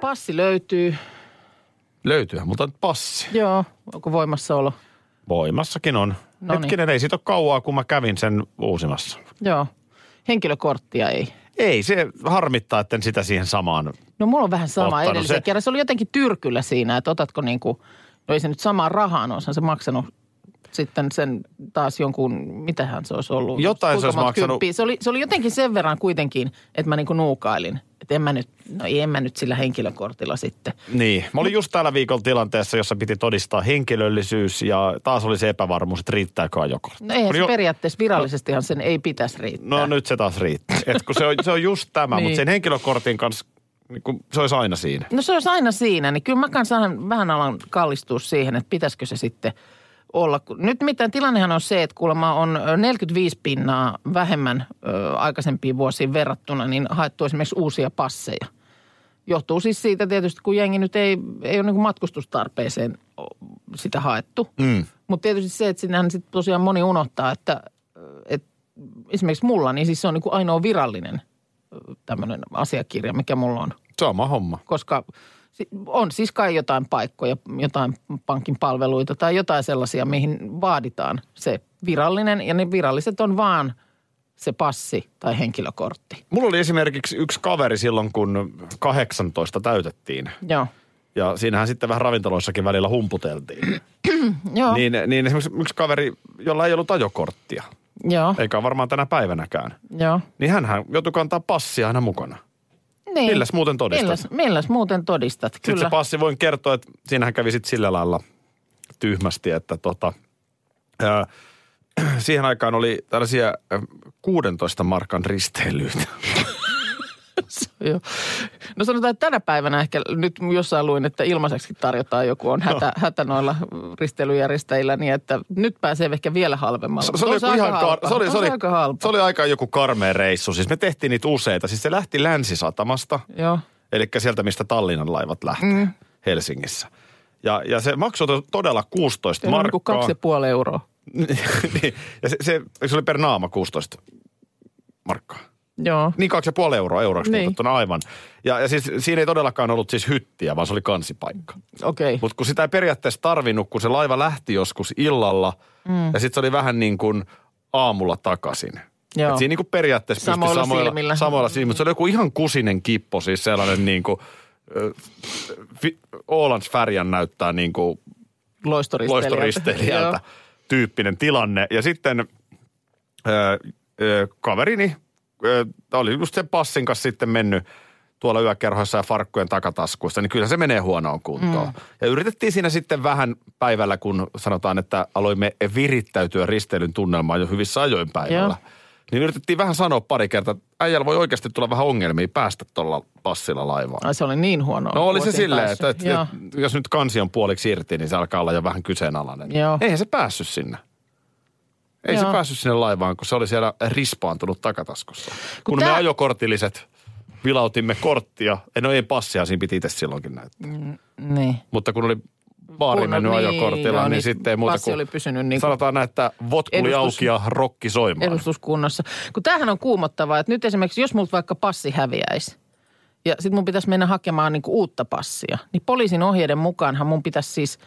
[SPEAKER 2] Passi löytyy.
[SPEAKER 3] Löytyyhän mutta passi.
[SPEAKER 2] Joo. Onko voimassaolo?
[SPEAKER 3] Voimassakin on.
[SPEAKER 2] Noniin.
[SPEAKER 3] Hetkinen, ei siitä ole kauaa, kun mä kävin sen uusimassa.
[SPEAKER 2] Joo. Henkilökorttia ei.
[SPEAKER 3] Ei, se harmittaa, että en sitä siihen samaan.
[SPEAKER 2] No mulla on vähän sama
[SPEAKER 3] Ottanut
[SPEAKER 2] edellisen
[SPEAKER 3] se.
[SPEAKER 2] se... kerran. Se oli jotenkin tyrkyllä siinä, että otatko niin kuin, no ei se nyt samaan rahaan, olisihan se maksanut sitten sen taas jonkun, mitähän se olisi ollut.
[SPEAKER 3] Jotain
[SPEAKER 2] Kuinka
[SPEAKER 3] se olisi
[SPEAKER 2] monta
[SPEAKER 3] maksanut.
[SPEAKER 2] kymppiä? Se oli, se oli jotenkin sen verran kuitenkin, että mä niin kuin nuukailin. Että en mä nyt, no ei en mä nyt sillä henkilökortilla sitten.
[SPEAKER 3] Niin. Mä olin just täällä viikolla tilanteessa, jossa piti todistaa henkilöllisyys ja taas oli se epävarmuus, että riittääkö ajokortti.
[SPEAKER 2] No eihän se
[SPEAKER 3] Jo-
[SPEAKER 2] periaatteessa virallisestihan sen ei pitäisi riittää.
[SPEAKER 3] No nyt se taas riittää. Et kun se, on, se on just
[SPEAKER 2] (laughs)
[SPEAKER 3] tämä,
[SPEAKER 2] Niin.
[SPEAKER 3] mutta sen henkilökortin kanssa niin kun se olisi aina siinä.
[SPEAKER 2] No se olisi aina siinä, niin kyllä mä kans aina vähän alan kallistua siihen, että pitäisikö se sitten olla. Kun- Nyt mitään tilannehan on se, että kuulemma on ö, 45 pinnaa vähemmän ö, aikaisempiin vuosiin verrattuna, niin haettu esimerkiksi uusia passeja. Johtuu siis siitä tietysti, kun jengi nyt ei, ei ole niin matkustustarpeeseen o, sitä haettu. Mm. Mutta tietysti se, että sinähän sitten tosiaan moni unohtaa, että, ö, että esimerkiksi mulla, niin siis se on niin kuin ainoa virallinen tämmöinen asiakirja, mikä mulla on
[SPEAKER 3] Sama homma.
[SPEAKER 2] koska si- on siis kai jotain paikkoja, jotain pankin palveluita tai jotain sellaisia, mihin vaaditaan se virallinen. Ja ne viralliset on vaan se passi tai henkilökortti.
[SPEAKER 3] Mulla oli esimerkiksi yksi kaveri silloin, kun 18 täytettiin.
[SPEAKER 2] Joo.
[SPEAKER 3] Ja siinähän sitten vähän ravintoloissakin välillä humputeltiin.
[SPEAKER 2] (clears throat) Joo. Niin.
[SPEAKER 3] niin, niin esimerkiksi yksi kaveri, jolla ei ollut ajokorttia,
[SPEAKER 2] Joo.
[SPEAKER 3] eikä varmaan tänä päivänäkään,
[SPEAKER 2] Joo.
[SPEAKER 3] niin hänhän joutui kantaa passia aina mukana.
[SPEAKER 2] Niin.
[SPEAKER 3] Milläs muuten todistat?
[SPEAKER 2] Milläs, milläs muuten todistat?
[SPEAKER 3] Kyllä. Sitten
[SPEAKER 2] Kyllä.
[SPEAKER 3] se passi voin kertoa, että siinähän kävi sitten sillä lailla tyhmästi, että tota, ää, (clears throat) siihen aikaan oli tällaisia ä, 16 markan risteilyitä.
[SPEAKER 2] (laughs) Joo. No sanotaan, että tänä päivänä ehkä nyt jossain luin, että ilmaiseksi tarjotaan joku
[SPEAKER 3] No.
[SPEAKER 2] on hätä, hätä noilla risteilyjärjestäjillä, niin että nyt pääsee ehkä vielä halvemmalla.
[SPEAKER 3] Se, se, oli
[SPEAKER 2] On
[SPEAKER 3] joku ihan
[SPEAKER 2] aika
[SPEAKER 3] kar-
[SPEAKER 2] halpaa.
[SPEAKER 3] se, oli,
[SPEAKER 2] On
[SPEAKER 3] se, oli,
[SPEAKER 2] aika halpa.
[SPEAKER 3] se oli aika joku karmea reissu. Siis me tehtiin niitä useita. Siis se lähti Länsisatamasta,
[SPEAKER 2] Joo.
[SPEAKER 3] eli sieltä mistä Tallinnan laivat lähtee mm. Helsingissä. Ja, ja se maksoi to- todella 16
[SPEAKER 2] Teillä on niin kuin
[SPEAKER 3] markkaa.
[SPEAKER 2] kaksi ja puoli euroa.
[SPEAKER 3] (laughs) niin, ja se, se, se oli per naama 16 markkaa.
[SPEAKER 2] Joo.
[SPEAKER 3] Niin kaksi ja puoli euroa euroksi niin.
[SPEAKER 2] Niin.
[SPEAKER 3] muutettuna aivan. Ja, ja siis siinä ei todellakaan ollut siis hyttiä, vaan se oli kansipaikka.
[SPEAKER 2] Okei.
[SPEAKER 3] Mutta kun sitä ei periaatteessa tarvinnut, kun se laiva lähti joskus illalla mm. ja sitten se oli vähän niin kuin aamulla takaisin.
[SPEAKER 2] Joo.
[SPEAKER 3] Et siinä niin kuin periaatteessa
[SPEAKER 2] Samoilla
[SPEAKER 3] pystyi samoilla
[SPEAKER 2] silmillä.
[SPEAKER 3] Samoilla silmillä, mutta se oli joku ihan kusinen kippo, siis sellainen niin kuin, Ålands färjan näyttää niin kuin
[SPEAKER 2] Loistoristeilijältä.
[SPEAKER 3] loistoristeilijältä
[SPEAKER 2] Joo.
[SPEAKER 3] tyyppinen tilanne. Ja sitten ö, ö, kaverini ö, oli just sen passin kanssa sitten mennyt tuolla yökerhoissa ja farkkujen takataskuissa, niin kyllä se menee huonoon kuntoon. Mm. Ja yritettiin siinä sitten vähän päivällä, kun sanotaan, että aloimme virittäytyä risteilyn tunnelmaan jo hyvissä ajoin päivällä.
[SPEAKER 2] Joo.
[SPEAKER 3] Niin yritettiin vähän sanoa pari kertaa, että äijällä voi oikeasti tulla vähän ongelmia päästä tuolla passilla laivaan.
[SPEAKER 2] Ai se oli niin huono.
[SPEAKER 3] No oli se
[SPEAKER 2] vuosien
[SPEAKER 3] silleen,
[SPEAKER 2] päässyt.
[SPEAKER 3] että, että
[SPEAKER 2] Joo.
[SPEAKER 3] että jos nyt kansi on puoliksi irti, niin se alkaa olla jo vähän kyseenalainen.
[SPEAKER 2] Joo.
[SPEAKER 3] Eihän se päässyt sinne. Ei se
[SPEAKER 2] Joo.
[SPEAKER 3] päässyt sinne laivaan, kun se oli siellä rispaantunut takataskussa. Kun, kun me
[SPEAKER 2] tää-
[SPEAKER 3] ajokortilliset vilautimme korttia, ei, no ei passia, siinä piti itse silloinkin näyttää.
[SPEAKER 2] Niin.
[SPEAKER 3] Mutta kun oli baari
[SPEAKER 2] Kun-
[SPEAKER 3] mennyt
[SPEAKER 2] niin,
[SPEAKER 3] ajokortilla,
[SPEAKER 2] joo,
[SPEAKER 3] niin,
[SPEAKER 2] niin
[SPEAKER 3] sitten ei muuta
[SPEAKER 2] passi
[SPEAKER 3] kuin,
[SPEAKER 2] oli pysynyt niin kuin-
[SPEAKER 3] sanotaan näin, että votkuli
[SPEAKER 2] Edustus-
[SPEAKER 3] auki ja rokki soimaan.
[SPEAKER 2] Edustuskunnossa. Kun tämähän on kuumottavaa, että nyt esimerkiksi jos multa vaikka passi häviäisi, ja sitten mun pitäisi mennä hakemaan niin uutta passia, niin poliisin ohjeiden mukaanhan mun pitäisi siis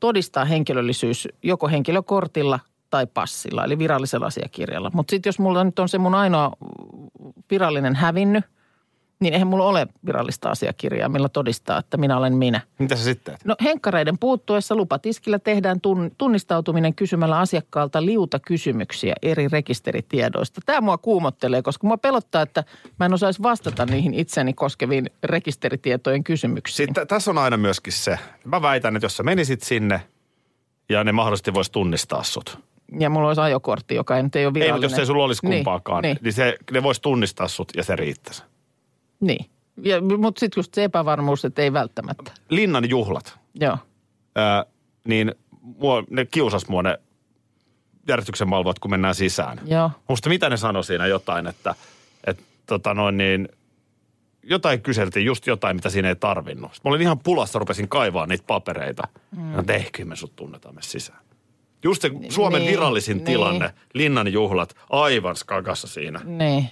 [SPEAKER 2] todistaa henkilöllisyys joko henkilökortilla tai passilla, eli virallisella asiakirjalla. Mutta sitten jos mulla nyt on se mun ainoa virallinen hävinnyt, niin eihän mulla ole virallista asiakirjaa, millä todistaa, että minä olen minä.
[SPEAKER 3] Mitä sä sitten teet?
[SPEAKER 2] No henkkareiden puuttuessa lupatiskillä tehdään tun- tunnistautuminen kysymällä asiakkaalta liuta kysymyksiä eri rekisteritiedoista. Tämä mua kuumottelee, koska mua pelottaa, että mä en osaisi vastata niihin itseni koskeviin rekisteritietojen kysymyksiin.
[SPEAKER 3] Sitten, tässä on aina myöskin se. Mä väitän, että jos sä menisit sinne ja ne mahdollisesti vois tunnistaa sut.
[SPEAKER 2] Ja mulla olisi ajokortti, joka ei nyt ei ole
[SPEAKER 3] Ei,
[SPEAKER 2] virallinen.
[SPEAKER 3] mutta jos ei sulla olisi kumpaakaan, niin,
[SPEAKER 2] Niin,
[SPEAKER 3] niin. niin se, ne vois tunnistaa sut ja se riittäisi.
[SPEAKER 2] niin, niin. Ja, mutta sitten just se epävarmuus, että ei välttämättä.
[SPEAKER 3] Linnan juhlat,
[SPEAKER 2] Joo.
[SPEAKER 3] ää, niin mua, ne kiusas mua ne järjestyksenvalvojat, kun mennään sisään.
[SPEAKER 2] Joo.
[SPEAKER 3] Musta mitä ne sanoi siinä jotain, että, että tota noin niin, jotain kyseltiin, just jotain, mitä siinä ei tarvinnut. Sitten mä olin ihan pulassa, rupesin kaivaa niitä papereita. Mm. No tehkö me sut tunnetaan me sisään. Just se Suomen
[SPEAKER 2] Niin,
[SPEAKER 3] virallisin
[SPEAKER 2] niin.
[SPEAKER 3] tilanne, linnan juhlat, aivan skakassa siinä.
[SPEAKER 2] Niin.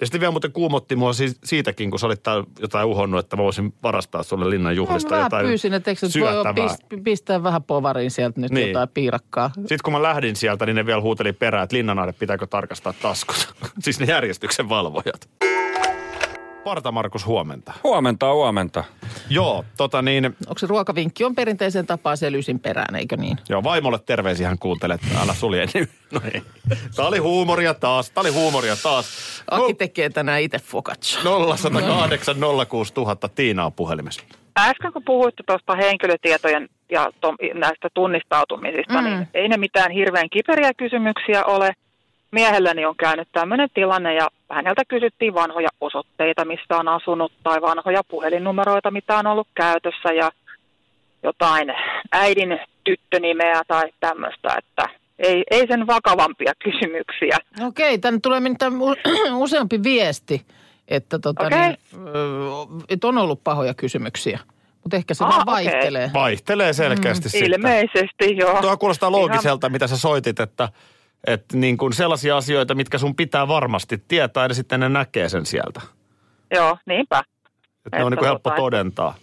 [SPEAKER 3] Ja sitten vielä muuten kuumotti mua si- siitäkin, kun sä olit täällä jotain uhonnut, että mä voisin varastaa sulle linnan juhlista
[SPEAKER 2] mä
[SPEAKER 3] jotain
[SPEAKER 2] pyysin, että eikö nyt voi
[SPEAKER 3] syötävää.
[SPEAKER 2] pist- pistää vähän povariin sieltä nyt
[SPEAKER 3] Niin.
[SPEAKER 2] niin. jotain piirakkaa.
[SPEAKER 3] Sitten kun mä lähdin sieltä, niin ne vielä huuteli perään, että linnanaide pitääkö tarkastaa taskut. (laughs) siis ne järjestyksen valvojat. Parta Markus, huomenta.
[SPEAKER 4] Huomenta, huomenta.
[SPEAKER 3] Joo, tota niin,
[SPEAKER 2] Onko se ruokavinkki on perinteisen tapaan se lysin perään, eikö niin?
[SPEAKER 3] joo, vaimolle terveisiä hän kuuntelee, että älä sulje. (laughs) nyt. No ei. Tää oli huumoria taas, tää oli huumoria taas. No.
[SPEAKER 2] Aki tekee tänään itse focaccia.
[SPEAKER 3] 0108 06 000, Tiina on puhelimessa.
[SPEAKER 5] äsken kun puhuitte tuosta henkilötietojen ja to, näistä tunnistautumisista,
[SPEAKER 2] Mm.
[SPEAKER 5] mm. niin ei ne mitään hirveän kiperiä kysymyksiä ole. Miehelläni on käynyt tämmöinen tilanne ja häneltä kysyttiin vanhoja osoitteita, missä on asunut tai vanhoja puhelinnumeroita, mitä on ollut käytössä ja jotain äidin tyttönimeä tai tämmöistä, että ei, ei sen vakavampia kysymyksiä.
[SPEAKER 2] Okei, tänne tulee nimittäin u- (clears throat) useampi viesti, että tota,
[SPEAKER 5] Okei.
[SPEAKER 2] niin, ö, et on ollut pahoja kysymyksiä. Mutta ehkä se
[SPEAKER 5] Ah,
[SPEAKER 2] vaan
[SPEAKER 5] okei.
[SPEAKER 2] vaihtelee.
[SPEAKER 3] Vaihtelee selkeästi mm, sitten.
[SPEAKER 5] Ilmeisesti joo.
[SPEAKER 3] Tuo kuulostaa
[SPEAKER 5] Ihan-
[SPEAKER 3] loogiselta, mitä sä soitit, että, että niin kuin sellaisia asioita, mitkä sun pitää varmasti tietää, ja sitten ne näkee sen sieltä.
[SPEAKER 5] Joo, niinpä.
[SPEAKER 3] Että ne on niin
[SPEAKER 5] Että
[SPEAKER 3] kuin helppo
[SPEAKER 5] tota,
[SPEAKER 3] todentaa.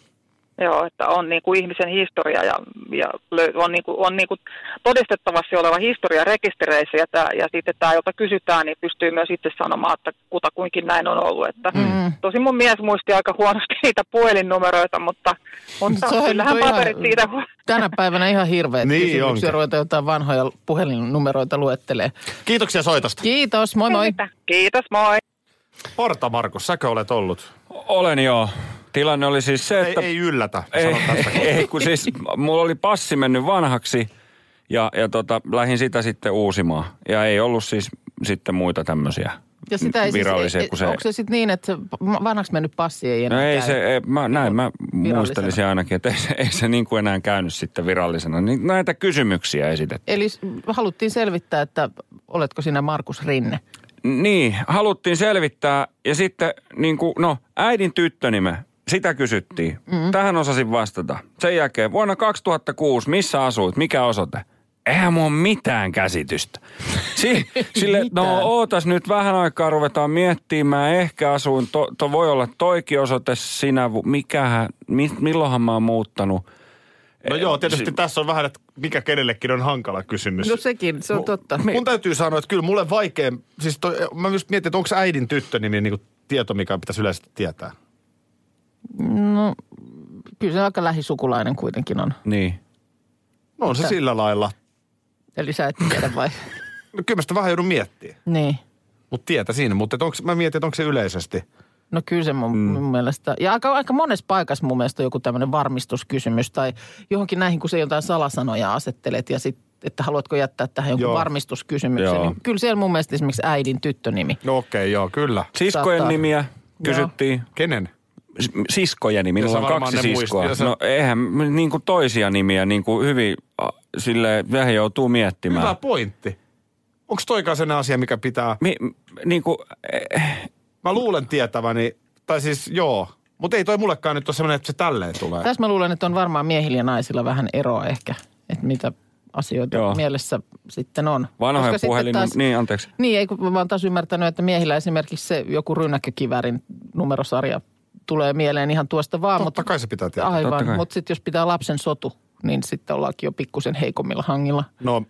[SPEAKER 5] Joo, että on niin kuin ihmisen historia ja, ja lö- on, niin kuin, on niin kuin todistettavasti oleva historia rekistereissä ja, tää, ja sitten tämä, jolta kysytään, niin pystyy myös itse sanomaan, että kutakuinkin näin on ollut. Että
[SPEAKER 2] Mm.
[SPEAKER 5] mm. Tosin mun mies muisti aika huonosti niitä puhelinnumeroita, mutta, mutta
[SPEAKER 2] Se on-
[SPEAKER 5] kyllähän
[SPEAKER 2] se on ihan-
[SPEAKER 5] paperit siitä hu-
[SPEAKER 2] Tänä päivänä ihan hirveä
[SPEAKER 3] Niin
[SPEAKER 2] kysymyksiä
[SPEAKER 3] onkin.
[SPEAKER 2] ruveta jotain vanhoja puhelinnumeroita luettelee.
[SPEAKER 3] Kiitoksia soitosta.
[SPEAKER 2] Kiitos, moi moi.
[SPEAKER 5] (laughs) Kiitos, moi.
[SPEAKER 3] Porta Markus, säkö olet ollut?
[SPEAKER 4] Olen joo. Tilanne oli siis se,
[SPEAKER 3] Ei,
[SPEAKER 4] että...
[SPEAKER 3] ei yllätä,
[SPEAKER 4] ei,
[SPEAKER 3] sanon tässä.
[SPEAKER 4] ei, kun siis mulla oli passi mennyt vanhaksi ja, ja tota, lähin sitä sitten uusimaan. Ja ei ollut siis sitten muita tämmöisiä
[SPEAKER 2] Ja sitä ei
[SPEAKER 4] virallisia
[SPEAKER 2] siis,
[SPEAKER 4] kuin se...
[SPEAKER 2] Onko se sitten niin, että se vanhaksi mennyt passi ei enää
[SPEAKER 4] No ei
[SPEAKER 2] käy?
[SPEAKER 4] se, ei, mä, näin mä
[SPEAKER 2] virallisena.
[SPEAKER 4] muistelisin ainakin, että ei se, ei se niin kuin enää käynyt sitten virallisena. Niin näitä kysymyksiä esitettiin.
[SPEAKER 2] Eli s- haluttiin selvittää, että oletko sinä Markus Rinne.
[SPEAKER 4] Niin, haluttiin selvittää ja sitten niin kuin, no äidin tyttönime, sitä kysyttiin. Mm. Tähän osasin vastata. Sen jälkeen vuonna 2006, missä asuit, mikä osoite? Eihän mulla ole mitään käsitystä. Si- sille, no
[SPEAKER 2] Mitään.
[SPEAKER 4] ootas nyt vähän aikaa, ruvetaan miettimään. Ehkä asuin, to, to voi olla toikin osoite sinä, vu- mikähän, mi, milloinhan mä oon muuttanut.
[SPEAKER 3] No joo, tietysti tässä on vähän, että mikä kenellekin on hankala kysymys.
[SPEAKER 2] No sekin, se on totta.
[SPEAKER 3] Mun täytyy sanoa, että kyllä mulle vaikea, siis toi, mä just mietin, että onko äidin tyttönimi niin kuin tieto, mikä pitäisi yleisesti tietää.
[SPEAKER 2] No, kyllä se aika lähisukulainen kuitenkin on.
[SPEAKER 4] Niin.
[SPEAKER 3] No on se sillä lailla.
[SPEAKER 2] Eli sä et tiedä vai?
[SPEAKER 3] No kyllä mä sitä vähän joudun miettimään.
[SPEAKER 2] niin.
[SPEAKER 3] Mutta tietä siinä, mutta onks, mä mietin, että onko se yleisesti.
[SPEAKER 2] No kyllä se mun, mm. mun mielestä. Ja aika, aika monessa paikassa mun mielestä on joku tämmöinen varmistuskysymys tai johonkin näihin, kun se jotain salasanoja asettelet ja sitten että haluatko jättää tähän jonkun
[SPEAKER 3] Joo.
[SPEAKER 2] Joo. varmistuskysymyksen.
[SPEAKER 4] Joo.
[SPEAKER 2] Niin kyllä siellä mun mielestä esimerkiksi äidin tyttönimi.
[SPEAKER 3] No okei, okay, joo, kyllä.
[SPEAKER 4] Siskojen
[SPEAKER 2] Saattaa.
[SPEAKER 4] nimiä kysyttiin.
[SPEAKER 3] Kenen?
[SPEAKER 4] s- siskojeni, minulla
[SPEAKER 3] Ja
[SPEAKER 4] on
[SPEAKER 3] sä varmaan
[SPEAKER 4] kaksi
[SPEAKER 3] ne
[SPEAKER 4] siskoa.
[SPEAKER 3] muist- ja sä-
[SPEAKER 4] No eihän m- niin kuin toisia nimiä niin kuin hyvin a, sille vähän joutuu miettimään.
[SPEAKER 3] Hyvä pointti. Onko toikaan sen asia, mikä pitää?
[SPEAKER 4] Mi, m- niin kuin,
[SPEAKER 3] Mä luulen tietäväni, tai siis joo. Mutta ei toi mullekaan nyt ole semmoinen, että se tälleen tulee.
[SPEAKER 2] Tässä mä luulen, että on varmaan miehillä ja naisilla vähän eroa ehkä, että mitä asioita
[SPEAKER 4] Joo.
[SPEAKER 2] Joo. mielessä sitten on.
[SPEAKER 4] vanhojen
[SPEAKER 2] Koska sitten
[SPEAKER 4] puhelin, taas... niin anteeksi.
[SPEAKER 2] Niin, ei kun mä oon taas ymmärtänyt, että miehillä esimerkiksi se joku rynnäkkökiväärin numerosarja tulee mieleen ihan tuosta vaan.
[SPEAKER 3] Totta
[SPEAKER 2] mutta,
[SPEAKER 3] kai se pitää tietää.
[SPEAKER 4] Totta kai.
[SPEAKER 2] Aivan, mutta sitten jos pitää lapsen sotu, niin sitten ollaankin jo pikkusen heikommilla hangilla.
[SPEAKER 3] No,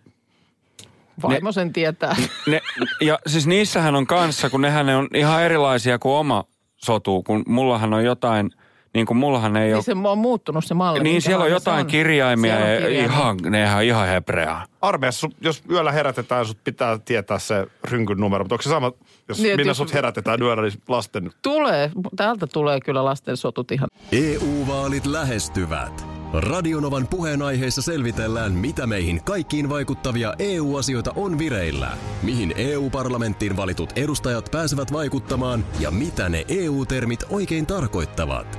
[SPEAKER 2] Vaimo
[SPEAKER 4] (laughs)
[SPEAKER 2] sen tietää.
[SPEAKER 4] Ne, ja siis niissähän on kanssa, kun nehän ne on ihan erilaisia kuin oma sotuu, kun mullahan on jotain, niin kuin mullahan ei
[SPEAKER 2] Niin
[SPEAKER 4] ole...
[SPEAKER 2] se on muuttunut se malli.
[SPEAKER 4] Niin siellä on
[SPEAKER 2] minkälainen se
[SPEAKER 4] jotain kirjaimia,
[SPEAKER 2] Siellä on
[SPEAKER 4] ja ihan, nehän on ihan hebreaa.
[SPEAKER 3] Armeijassa, sun- jos yöllä herätetään, sut pitää tietää se rynkyn numero. Mutta onko se sama, jos
[SPEAKER 2] Niin,
[SPEAKER 3] niin,
[SPEAKER 2] et
[SPEAKER 3] minä
[SPEAKER 2] jos-
[SPEAKER 3] sut herätetään yöllä, niin lasten...
[SPEAKER 2] Tulee, täältä tulee kyllä lasten sotut ihan.
[SPEAKER 6] EU-vaalit E lähestyvät. Radionovan puheenaiheessa selvitellään, mitä meihin kaikkiin vaikuttavia EU-asioita on vireillä, mihin EU-parlamenttiin valitut edustajat pääsevät vaikuttamaan ja mitä ne EU-termit oikein tarkoittavat.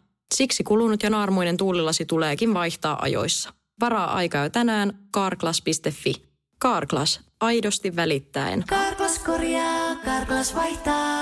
[SPEAKER 1] Siksi kulunut ja naarmuinen tuulilasi tuleekin vaihtaa ajoissa. Varaa aikaa jo tänään karklas.fi. Karklas, aidosti välittäen.
[SPEAKER 7] Karklas korjaa, Karklas vaihtaa.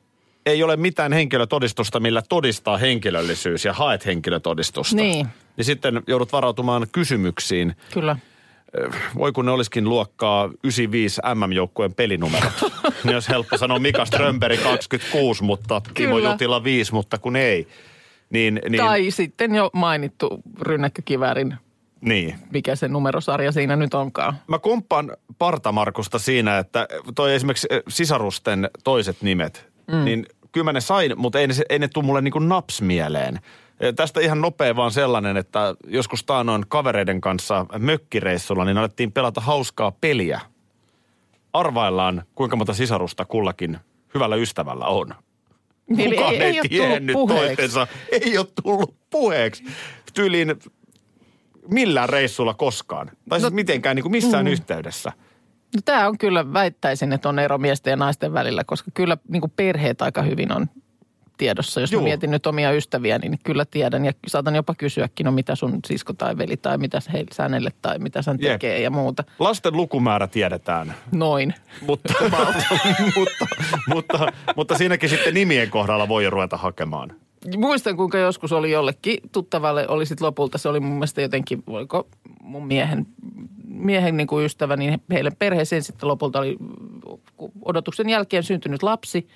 [SPEAKER 3] ei ole mitään henkilötodistusta, millä todistaa henkilöllisyys ja haet henkilötodistusta.
[SPEAKER 2] Niin.
[SPEAKER 3] Niin sitten joudut varautumaan kysymyksiin.
[SPEAKER 2] Kyllä.
[SPEAKER 3] Voi kun ne olisikin luokkaa 95 MM-joukkueen pelinumerot.
[SPEAKER 2] (laughs)
[SPEAKER 3] niin olisi helppo sanoa Mika Strömberi 26, mutta Timo
[SPEAKER 2] Kyllä.
[SPEAKER 3] Jutila 5, mutta kun ei. Niin, niin,
[SPEAKER 2] Niin. Tai sitten jo mainittu rynnäkkökiväärin,
[SPEAKER 3] niin.
[SPEAKER 2] mikä se numerosarja siinä nyt onkaan.
[SPEAKER 3] Mä komppaan Partamarkusta siinä, että toi esimerkiksi eh, sisarusten toiset nimet, mm. niin kyllä mä ne sain, mutta ei ne, se- ei ne tule mulle niin kuin naps mieleen. Eh, Tästä ihan nopea vaan sellainen, että joskus taanoin kavereiden kanssa mökkireissulla, niin alettiin pelata hauskaa peliä. Arvaillaan, kuinka monta sisarusta kullakin hyvällä ystävällä on.
[SPEAKER 2] Eli
[SPEAKER 3] Kukaan
[SPEAKER 2] ei-
[SPEAKER 3] ei,
[SPEAKER 2] ei oo tullut
[SPEAKER 3] tiennyt
[SPEAKER 2] puheeksi.
[SPEAKER 3] toistensa. Ei ole tullut puheeksi. Tyyliin millään reissulla koskaan. Tai siis mitenkään niin kuin missään mm. yhteydessä.
[SPEAKER 2] No, tämä on kyllä, väittäisin, että on ero miesten ja naisten välillä, koska kyllä niin kuin perheet aika hyvin on tiedossa. Jos Juu.
[SPEAKER 3] Juu.
[SPEAKER 2] mä mietin nyt omia ystäviä, niin kyllä tiedän ja saatan jopa kysyäkin, no mitä sun sisko tai veli tai mitä sä heille- sä hänelle tai mitä sä
[SPEAKER 3] Jep.
[SPEAKER 2] tekee ja muuta.
[SPEAKER 3] Lasten lukumäärä tiedetään,
[SPEAKER 2] Noin. (laughs)
[SPEAKER 3] mutta, (laughs) mutta, mutta, mutta siinäkin sitten nimien kohdalla voi jo ruveta hakemaan.
[SPEAKER 2] Muistan, kuinka joskus oli jollekin tuttavalle, oli sit lopulta, se oli mun mielestä jotenkin, voiko mun miehen, miehen niin kuin ystävä, niin heille perheeseen sitten lopulta oli odotuksen jälkeen syntynyt lapsi.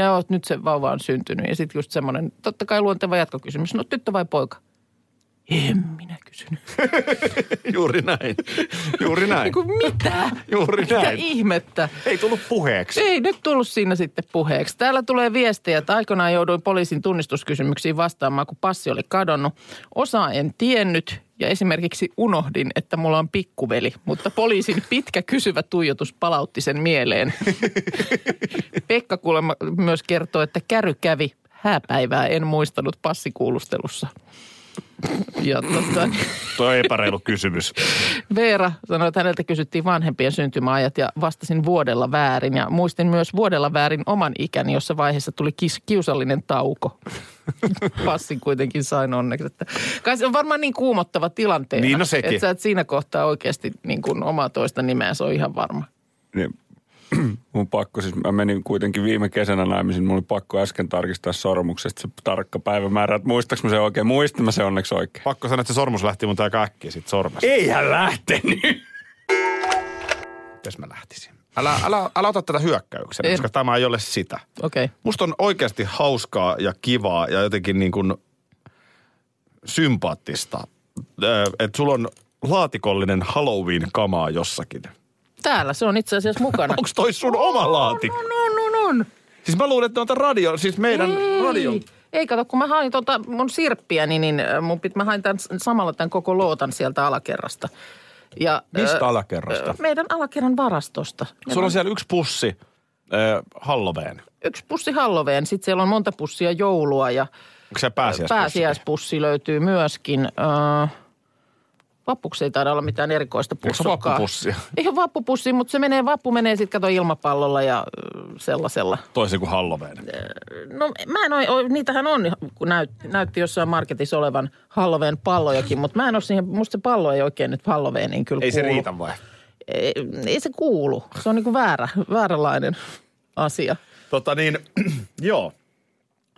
[SPEAKER 2] Ja oot, nyt se vauva on syntynyt. Ja sitten just semmoinen, totta kai luonteva jatkokysymys, no tyttö vai poika? En minä kysynyt.
[SPEAKER 3] (laughs) Juuri näin. Juuri näin.
[SPEAKER 2] Niin kuin mitä?
[SPEAKER 3] Juuri
[SPEAKER 2] Mitä
[SPEAKER 3] näin.
[SPEAKER 2] ihmettä?
[SPEAKER 3] Ei tullut puheeksi.
[SPEAKER 2] Ei nyt tullut siinä sitten puheeksi. Täällä tulee viestejä, että aikoinaan jouduin poliisin tunnistuskysymyksiin vastaamaan, kun passi oli kadonnut. Osa en tiennyt ja esimerkiksi unohdin, että mulla on pikkuveli, mutta poliisin pitkä kysyvä tuijotus palautti sen mieleen. Pekka kuulemma myös kertoo, että käry kävi. Hääpäivää en muistanut passikuulustelussa. Ja tota,
[SPEAKER 3] Tuo on epäreilu kysymys.
[SPEAKER 2] Veera sanoi, että häneltä kysyttiin vanhempien syntymäajat ja vastasin vuodella väärin. Ja muistin myös vuodella väärin oman ikäni, jossa vaiheessa tuli kis- kiusallinen
[SPEAKER 3] (laughs)
[SPEAKER 2] tauko. Passin kuitenkin sain onneksi. Että kai se on varmaan niin kuumottava tilanteena.
[SPEAKER 3] Niin, no sekin.
[SPEAKER 2] Että sä et siinä kohtaa oikeasti niin kuin omaa toista nimeä, se on ihan varma.
[SPEAKER 4] (clears throat) Niin, mun pakko siis, mä menin kuitenkin viime kesänä naimisiin, mulla oli pakko äsken tarkistaa sormuksesta se tarkka päivämäärä, että muistaaks mä se oikein, muistin mä se onneksi oikein.
[SPEAKER 3] Pakko sanoa, että se sormus lähti mun aika äkkiä sit sormesta.
[SPEAKER 4] Eihän lähtenyt.
[SPEAKER 3] Mites mä lähtisin? Älä, älä, älä ota tätä hyökkäyksenä,
[SPEAKER 2] En.
[SPEAKER 3] koska tämä ei ole sitä.
[SPEAKER 2] Okei. Okay.
[SPEAKER 3] Musta on oikeasti hauskaa ja kivaa ja jotenkin niin kuin sympaattista, Ö, että sulla on laatikollinen Halloween-kamaa jossakin.
[SPEAKER 2] Täällä se on itse asiassa
[SPEAKER 3] (laughs)
[SPEAKER 2] mukana. No,
[SPEAKER 3] Onko toi sun oma laatikko?
[SPEAKER 2] on, on, on.
[SPEAKER 3] Siis mä luulen, että on tää radio, siis meidän
[SPEAKER 2] Ei.
[SPEAKER 3] radio.
[SPEAKER 2] Ei kato, kun mä hain tuota mun sirppiä, niin, niin äh, mun pit, mä hain tämän, samalla tämän koko lootan sieltä alakerrasta. Ja,
[SPEAKER 3] Mistä
[SPEAKER 2] äh,
[SPEAKER 3] alakerrasta?
[SPEAKER 2] Meidän alakerran varastosta.
[SPEAKER 3] Sulla on siellä yksi pussi äh, Halloween.
[SPEAKER 2] Yksi pussi Halloween, sitten siellä on monta pussia joulua ja
[SPEAKER 3] Onko se pääsiäispussi?
[SPEAKER 2] Pääsiäispussi löytyy myöskin. Öö, vappuksi ei taida olla mitään erikoista
[SPEAKER 3] Eikö se
[SPEAKER 2] pussukkaa.
[SPEAKER 3] vappupussia?
[SPEAKER 2] Ei ole vappupussi, mutta se menee, vappu menee sitten kato ilmapallolla ja öö, sellaisella.
[SPEAKER 3] Toisin kuin Halloween.
[SPEAKER 2] No mä en ole, niitähän on, kun näyt, näytti jossain marketissa olevan Halloween pallojakin, mutta mä en ole siihen, musta se pallo ei oikein nyt Halloweeniin kyllä
[SPEAKER 3] Ei se
[SPEAKER 2] kuulu.
[SPEAKER 3] riitä vai?
[SPEAKER 2] Ei, ei se kuulu. Se on niinku väärä, vääränlainen asia.
[SPEAKER 3] Tota niin, (clears throat) joo.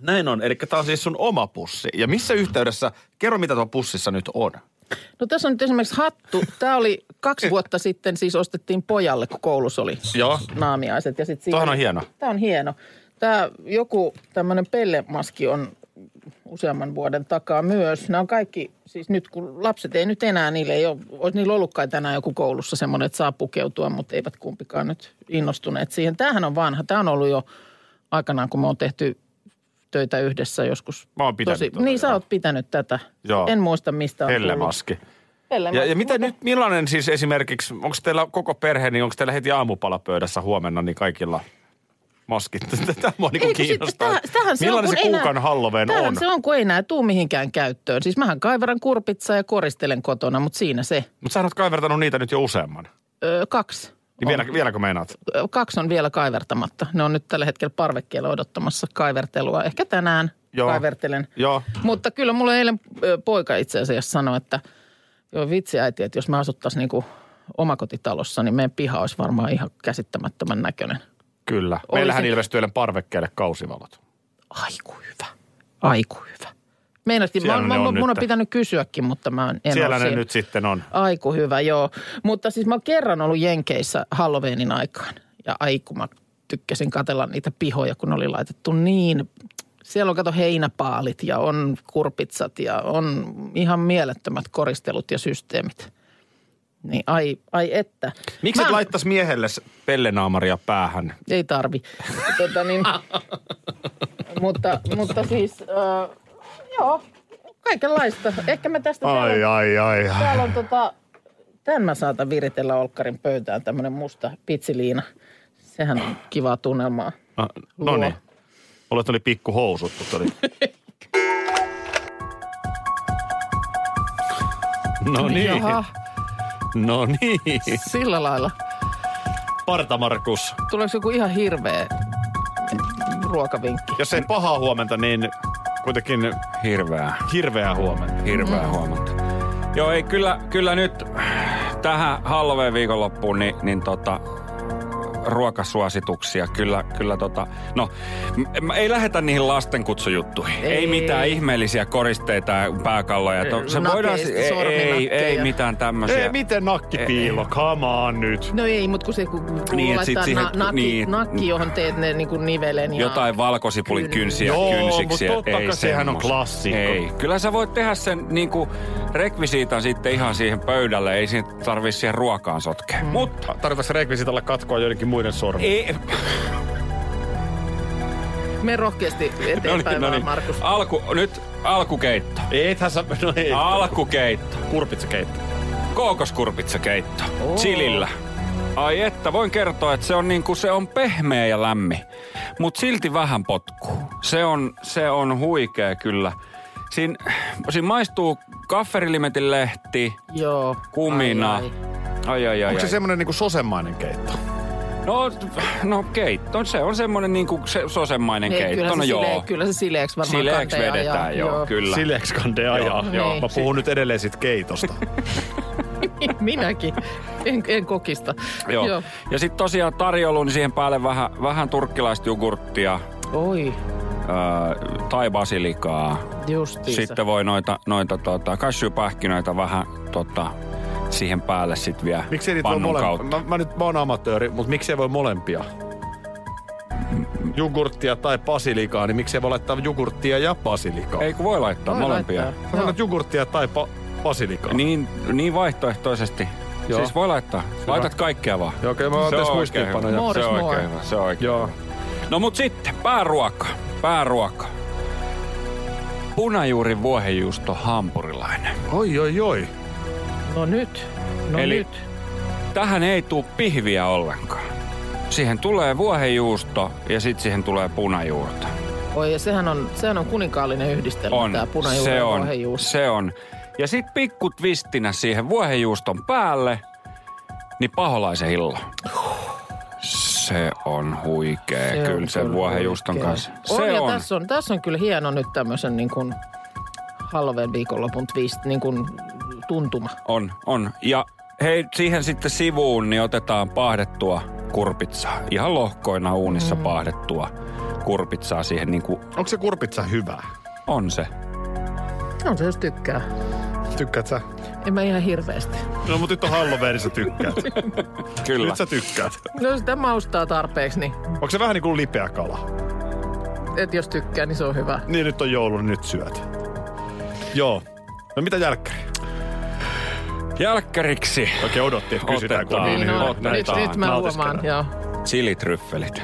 [SPEAKER 3] Näin on. Eli tämä on siis sun oma pussi. Ja missä yhteydessä, kerro mitä tuolla pussissa nyt on.
[SPEAKER 2] No tässä on nyt esimerkiksi hattu. Tämä oli kaksi vuotta sitten, siis ostettiin pojalle, kun koulussa oli
[SPEAKER 3] Joo.
[SPEAKER 2] naamiaiset. Ja sit
[SPEAKER 3] Tuohan on hieno.
[SPEAKER 2] Tämä on hieno. Tämä joku tämmöinen pellemaski on useamman vuoden takaa myös. Nämä on kaikki, siis nyt kun lapset ei nyt enää, niille ei ole, olisi niillä ollut kai tänään joku koulussa semmoinen, että saa pukeutua, mutta eivät kumpikaan nyt innostuneet siihen. Tämähän on vanha. Tämä on ollut jo aikanaan, kun me on tehty töitä yhdessä joskus.
[SPEAKER 3] Mä oon pitänyt tätä,
[SPEAKER 2] Niin, sä
[SPEAKER 3] joo.
[SPEAKER 2] oot pitänyt tätä.
[SPEAKER 3] Joo.
[SPEAKER 2] En muista, mistä on tullut.
[SPEAKER 3] Hellemaski.
[SPEAKER 2] Pellemaski.
[SPEAKER 3] Ja, ja mitä nyt, millainen siis esimerkiksi, onko teillä koko perhe, niin onko teillä heti aamupalapöydässä huomenna, niin kaikilla maskit? (laughs) Tämä mua niin
[SPEAKER 2] Eikö sit-
[SPEAKER 3] kiinnostaa.
[SPEAKER 2] täh- tähän se on,
[SPEAKER 3] millainen
[SPEAKER 2] kun
[SPEAKER 3] se
[SPEAKER 2] ei
[SPEAKER 3] kuukan
[SPEAKER 2] nää-
[SPEAKER 3] Halloween
[SPEAKER 2] tämähän
[SPEAKER 3] on?
[SPEAKER 2] se on, kun ei enää tuu mihinkään käyttöön. Siis mähän kaiveran kurpitsaa ja koristelen kotona, mutta siinä se.
[SPEAKER 3] Mutta sä oot kaivertanut niitä nyt jo useamman.
[SPEAKER 2] Öö, kaksi.
[SPEAKER 3] Niin vielä, vieläkö meinaat?
[SPEAKER 2] Ö, Kaksi on vielä kaivertamatta. Ne on nyt tällä hetkellä parvekkeella odottamassa kaivertelua. Ehkä tänään
[SPEAKER 3] Joo.
[SPEAKER 2] kaivertelen.
[SPEAKER 3] Joo.
[SPEAKER 2] Mutta kyllä mulle eilen ö, poika itse asiassa sanoi, että joo vitsi äiti, että jos mä asuttaisiin niinku omakotitalossa, niin meidän piha olisi varmaan ihan käsittämättömän näköinen.
[SPEAKER 3] Kyllä. Meillähän ilmestyy eilen parvekkeelle kausivalot.
[SPEAKER 2] Aiku hyvä. Aiku hyvä. Meinasin,
[SPEAKER 3] Siellä
[SPEAKER 2] mä,
[SPEAKER 3] ne
[SPEAKER 2] mä,
[SPEAKER 3] on
[SPEAKER 2] mun on
[SPEAKER 3] nyt.
[SPEAKER 2] pitänyt kysyäkin, mutta mä en
[SPEAKER 3] Siellä
[SPEAKER 2] ole
[SPEAKER 3] ne
[SPEAKER 2] siinä.
[SPEAKER 3] nyt sitten on.
[SPEAKER 2] Aiku hyvä, joo. Mutta siis mä oon kerran ollut Jenkeissä Halloweenin aikaan. Ja aiku mä tykkäsin katella niitä pihoja, kun oli laitettu niin. Siellä on kato heinäpaalit ja on kurpitsat ja on ihan mielettömät koristelut ja systeemit. Niin ai, ai että.
[SPEAKER 3] Miksi
[SPEAKER 2] Mä-
[SPEAKER 3] et laittaisi miehelle pellenaamaria päähän?
[SPEAKER 2] Ei tarvi. (laughs) Tota niin, mutta, mutta siis, äh, joo, kaikenlaista. Ehkä me tästä
[SPEAKER 3] Ai, ai, ai, ai.
[SPEAKER 2] Täällä on tota, tämän mä saatan viritellä Olkkarin pöytään, tämmönen musta pitsiliina. Sehän on kivaa tunnelmaa.
[SPEAKER 3] Ah, No niin.
[SPEAKER 2] Luo.
[SPEAKER 3] Mulle tuli pikku housut,
[SPEAKER 2] (laughs)
[SPEAKER 3] mutta oli... No niin,
[SPEAKER 2] Jaha,
[SPEAKER 3] no niin.
[SPEAKER 2] sillä lailla.
[SPEAKER 3] Parta Markus.
[SPEAKER 2] Tuleeko joku ihan hirveä ruokavinkki?
[SPEAKER 3] Jos ei pahaa huomenta, niin kuitenkin
[SPEAKER 4] Hirveää.
[SPEAKER 3] hirveää huomenta.
[SPEAKER 2] Mm.
[SPEAKER 4] Hirveä huomenta. Joo, ei kyllä, kyllä nyt tähän Halloween viikonloppuun, niin, niin tota, ruokasuosituksia. Kyllä, kyllä tota, no, m- m- ei lähetä niihin lastenkutsujuttuihin. Ei, ei mitään ihmeellisiä koristeita ja pääkalloja. To, se
[SPEAKER 2] Nakeista,
[SPEAKER 4] voidaan, ei, ei,
[SPEAKER 2] sorminakkeja.
[SPEAKER 4] ei mitään tämmöisiä.
[SPEAKER 3] Ei, miten nakkipiilo, come on nyt.
[SPEAKER 2] No ei, mutta kun se kun kun
[SPEAKER 4] Niin, et sit
[SPEAKER 2] laittaa
[SPEAKER 4] siihen-
[SPEAKER 2] na- nakki,
[SPEAKER 4] niin.
[SPEAKER 2] nakki, johon teet ne niin kuin nivelen ja...
[SPEAKER 4] Jotain valkosipulin kynsiä
[SPEAKER 3] Joo,
[SPEAKER 4] kynsiksi.
[SPEAKER 3] mut totta
[SPEAKER 4] ei
[SPEAKER 3] kai sehän on
[SPEAKER 4] semmoista.
[SPEAKER 3] klassikko.
[SPEAKER 4] Ei. Kyllä sä voit tehdä sen niinku rekvisiitan sitten ihan siihen pöydälle. Ei siinä tarvii siihen ruokaan sotkea. Mm. Mutta
[SPEAKER 3] Tarvitaan rekvisitalle katkoa joidenkin muiden sormi.
[SPEAKER 4] ei, (laughs) no
[SPEAKER 2] Me
[SPEAKER 4] (laughs)
[SPEAKER 2] rohkeasti
[SPEAKER 4] No niin,
[SPEAKER 2] eteenpäin vaan, Markus.
[SPEAKER 4] Alku, nyt alkukeitto.
[SPEAKER 3] Eihän sä, no ei.
[SPEAKER 4] Alkukeitto.
[SPEAKER 3] Kurpitsakeitto.
[SPEAKER 4] Kookoskurpitsakeitto. Chilillä. Ai että, voin kertoa, että se on niinku, se on pehmeä ja lämmin. Mut silti vähän potkuu. Se on, se on huikea kyllä. Siin, siinä maistuu kafferilimetin lehti,
[SPEAKER 2] Joo.
[SPEAKER 4] kumina.
[SPEAKER 2] Ai, ai.
[SPEAKER 4] ai, ai, ai,
[SPEAKER 3] Onko se
[SPEAKER 4] ai.
[SPEAKER 3] semmoinen niinku sosemainen keitto?
[SPEAKER 4] No, no keitto, se on semmoinen niinku se, sosemainen
[SPEAKER 2] Ei,
[SPEAKER 4] keitto.
[SPEAKER 2] Niin, kyllä,
[SPEAKER 4] No
[SPEAKER 2] se
[SPEAKER 4] joo.
[SPEAKER 2] sile, kyllä se sileeksi varmaan
[SPEAKER 4] Sileeksi
[SPEAKER 2] kanteen
[SPEAKER 4] vedetään,
[SPEAKER 2] ajaa.
[SPEAKER 4] joo, kyllä.
[SPEAKER 3] Sileeksi kandea ajaa.
[SPEAKER 2] Joo,
[SPEAKER 3] Joo,
[SPEAKER 2] niin.
[SPEAKER 3] mä puhun nyt edelleen siitä (laughs) keitosta.
[SPEAKER 2] (laughs) Minäkin. En, en kokista.
[SPEAKER 4] Joo. Joo. Ja sitten tosiaan tarjoulu, niin siihen päälle vähän, vähän turkkilaista jogurttia
[SPEAKER 2] Oi,
[SPEAKER 4] ää, tai basilikaa.
[SPEAKER 2] justiinsa.
[SPEAKER 4] Sitten voi noita, noita tota, kasjupähkinöitä vähän tota, siihen päälle sitten vielä
[SPEAKER 3] Miksi niitä voi
[SPEAKER 4] pannun
[SPEAKER 3] molempia?
[SPEAKER 4] kautta.
[SPEAKER 3] Mä, mä, nyt mä oon amatööri, mutta miksei voi molempia? Jogurttia tai basilikaa, niin miksei voi laittaa jogurttia ja basilikaa?
[SPEAKER 4] Ei kun voi laittaa
[SPEAKER 2] Voi
[SPEAKER 4] molempia.
[SPEAKER 2] laittaa.
[SPEAKER 3] Sä annat jogurttia tai pa- basilikaa.
[SPEAKER 4] Niin, niin vaihtoehtoisesti.
[SPEAKER 3] Joo.
[SPEAKER 4] Joo. Siis voi laittaa. Laitat kaikkea vaan.
[SPEAKER 3] Joo, okei, mä oon
[SPEAKER 4] Se
[SPEAKER 3] tässä
[SPEAKER 4] on oikein
[SPEAKER 3] muistiinpanoja.
[SPEAKER 4] hyvä.
[SPEAKER 2] More is
[SPEAKER 4] Se on
[SPEAKER 2] more.
[SPEAKER 4] oikein hyvä. Se on oikein
[SPEAKER 3] Joo.
[SPEAKER 4] No mut sitten, pääruoka. Pääruoka. Punajuuri vuohenjuusto hampurilainen.
[SPEAKER 3] Oi, oi, oi.
[SPEAKER 2] No nyt. No
[SPEAKER 4] Eli-
[SPEAKER 2] nyt.
[SPEAKER 4] Tähän ei tuu pihviä ollenkaan. Siihen tulee vuohenjuusto ja sitten siihen tulee punajuurta.
[SPEAKER 2] Oi, ja sehän on, sehän on kuninkaallinen yhdistelmä,
[SPEAKER 4] On.
[SPEAKER 2] tämä punajuuri
[SPEAKER 4] se
[SPEAKER 2] ja
[SPEAKER 4] on.
[SPEAKER 2] vuohenjuusto.
[SPEAKER 4] Se on. Ja sit pikku twistinä siihen vuohenjuuston päälle, niin paholaisen hillo. Se on huikea se kyllä sen vuohenjuuston
[SPEAKER 2] huikea.
[SPEAKER 4] kanssa.
[SPEAKER 2] On,
[SPEAKER 4] Se
[SPEAKER 2] ja
[SPEAKER 4] on.
[SPEAKER 2] Tässä on, tässä on kyllä hieno nyt tämmöisen niin kuin halven viikonlopun twist, niin kuin tuntuma.
[SPEAKER 4] On, on. Ja hei, siihen sitten sivuun niin otetaan pahdettua kurpitsaa. Ihan lohkoina uunissa mm. pahdettua kurpitsaa siihen niin kuin
[SPEAKER 3] Onko se kurpitsa hyvä?
[SPEAKER 4] on se.
[SPEAKER 2] No se jos tykkää.
[SPEAKER 3] Tykkäät sä?
[SPEAKER 2] En mä ihan hirveästi.
[SPEAKER 3] No mutta nyt on Halloween, sä tykkäät.
[SPEAKER 4] Kyllä.
[SPEAKER 3] Nyt sä tykkäät.
[SPEAKER 2] No sitä maustaa tarpeeksi, niin
[SPEAKER 3] Onko se vähän niin kuin lipeä kala?
[SPEAKER 2] et jos tykkää, niin se on hyvä.
[SPEAKER 3] Niin nyt on joulu, niin nyt syöt. Joo. No mitä jälkkäri?
[SPEAKER 4] Jälkkäriksi
[SPEAKER 3] Oikein odotti, että kysytään, kun on
[SPEAKER 4] Otetaan.
[SPEAKER 3] niin
[SPEAKER 4] Niin
[SPEAKER 3] hyvä.
[SPEAKER 4] on.
[SPEAKER 2] nyt,
[SPEAKER 4] otetaan.
[SPEAKER 2] nyt mä
[SPEAKER 3] Nautiskellaan.
[SPEAKER 2] huomaan, joo.
[SPEAKER 4] silitryffelit.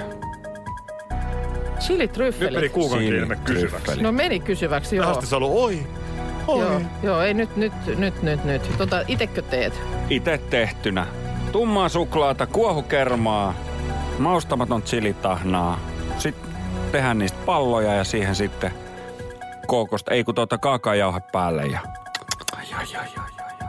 [SPEAKER 2] Chili
[SPEAKER 3] Nyt meni
[SPEAKER 2] tryffelit.
[SPEAKER 3] kuukankin ilme kysyväksi.
[SPEAKER 2] No meni kysyväksi, joo.
[SPEAKER 3] Tähästä sä ollut, oi,
[SPEAKER 2] Joo,
[SPEAKER 3] oi.
[SPEAKER 2] joo, ei nyt, nyt, nyt, nyt, nyt. Tota, itekö teet?
[SPEAKER 4] Itse tehtynä. Tummaa suklaata, kuohukermaa, maustamaton chilitahnaa. Sitten tehdään niistä palloja ja siihen sitten kookosta, ei kun tuota kaakaojauhe päälle ja... Ai, ai, ai, ai, ai, ai.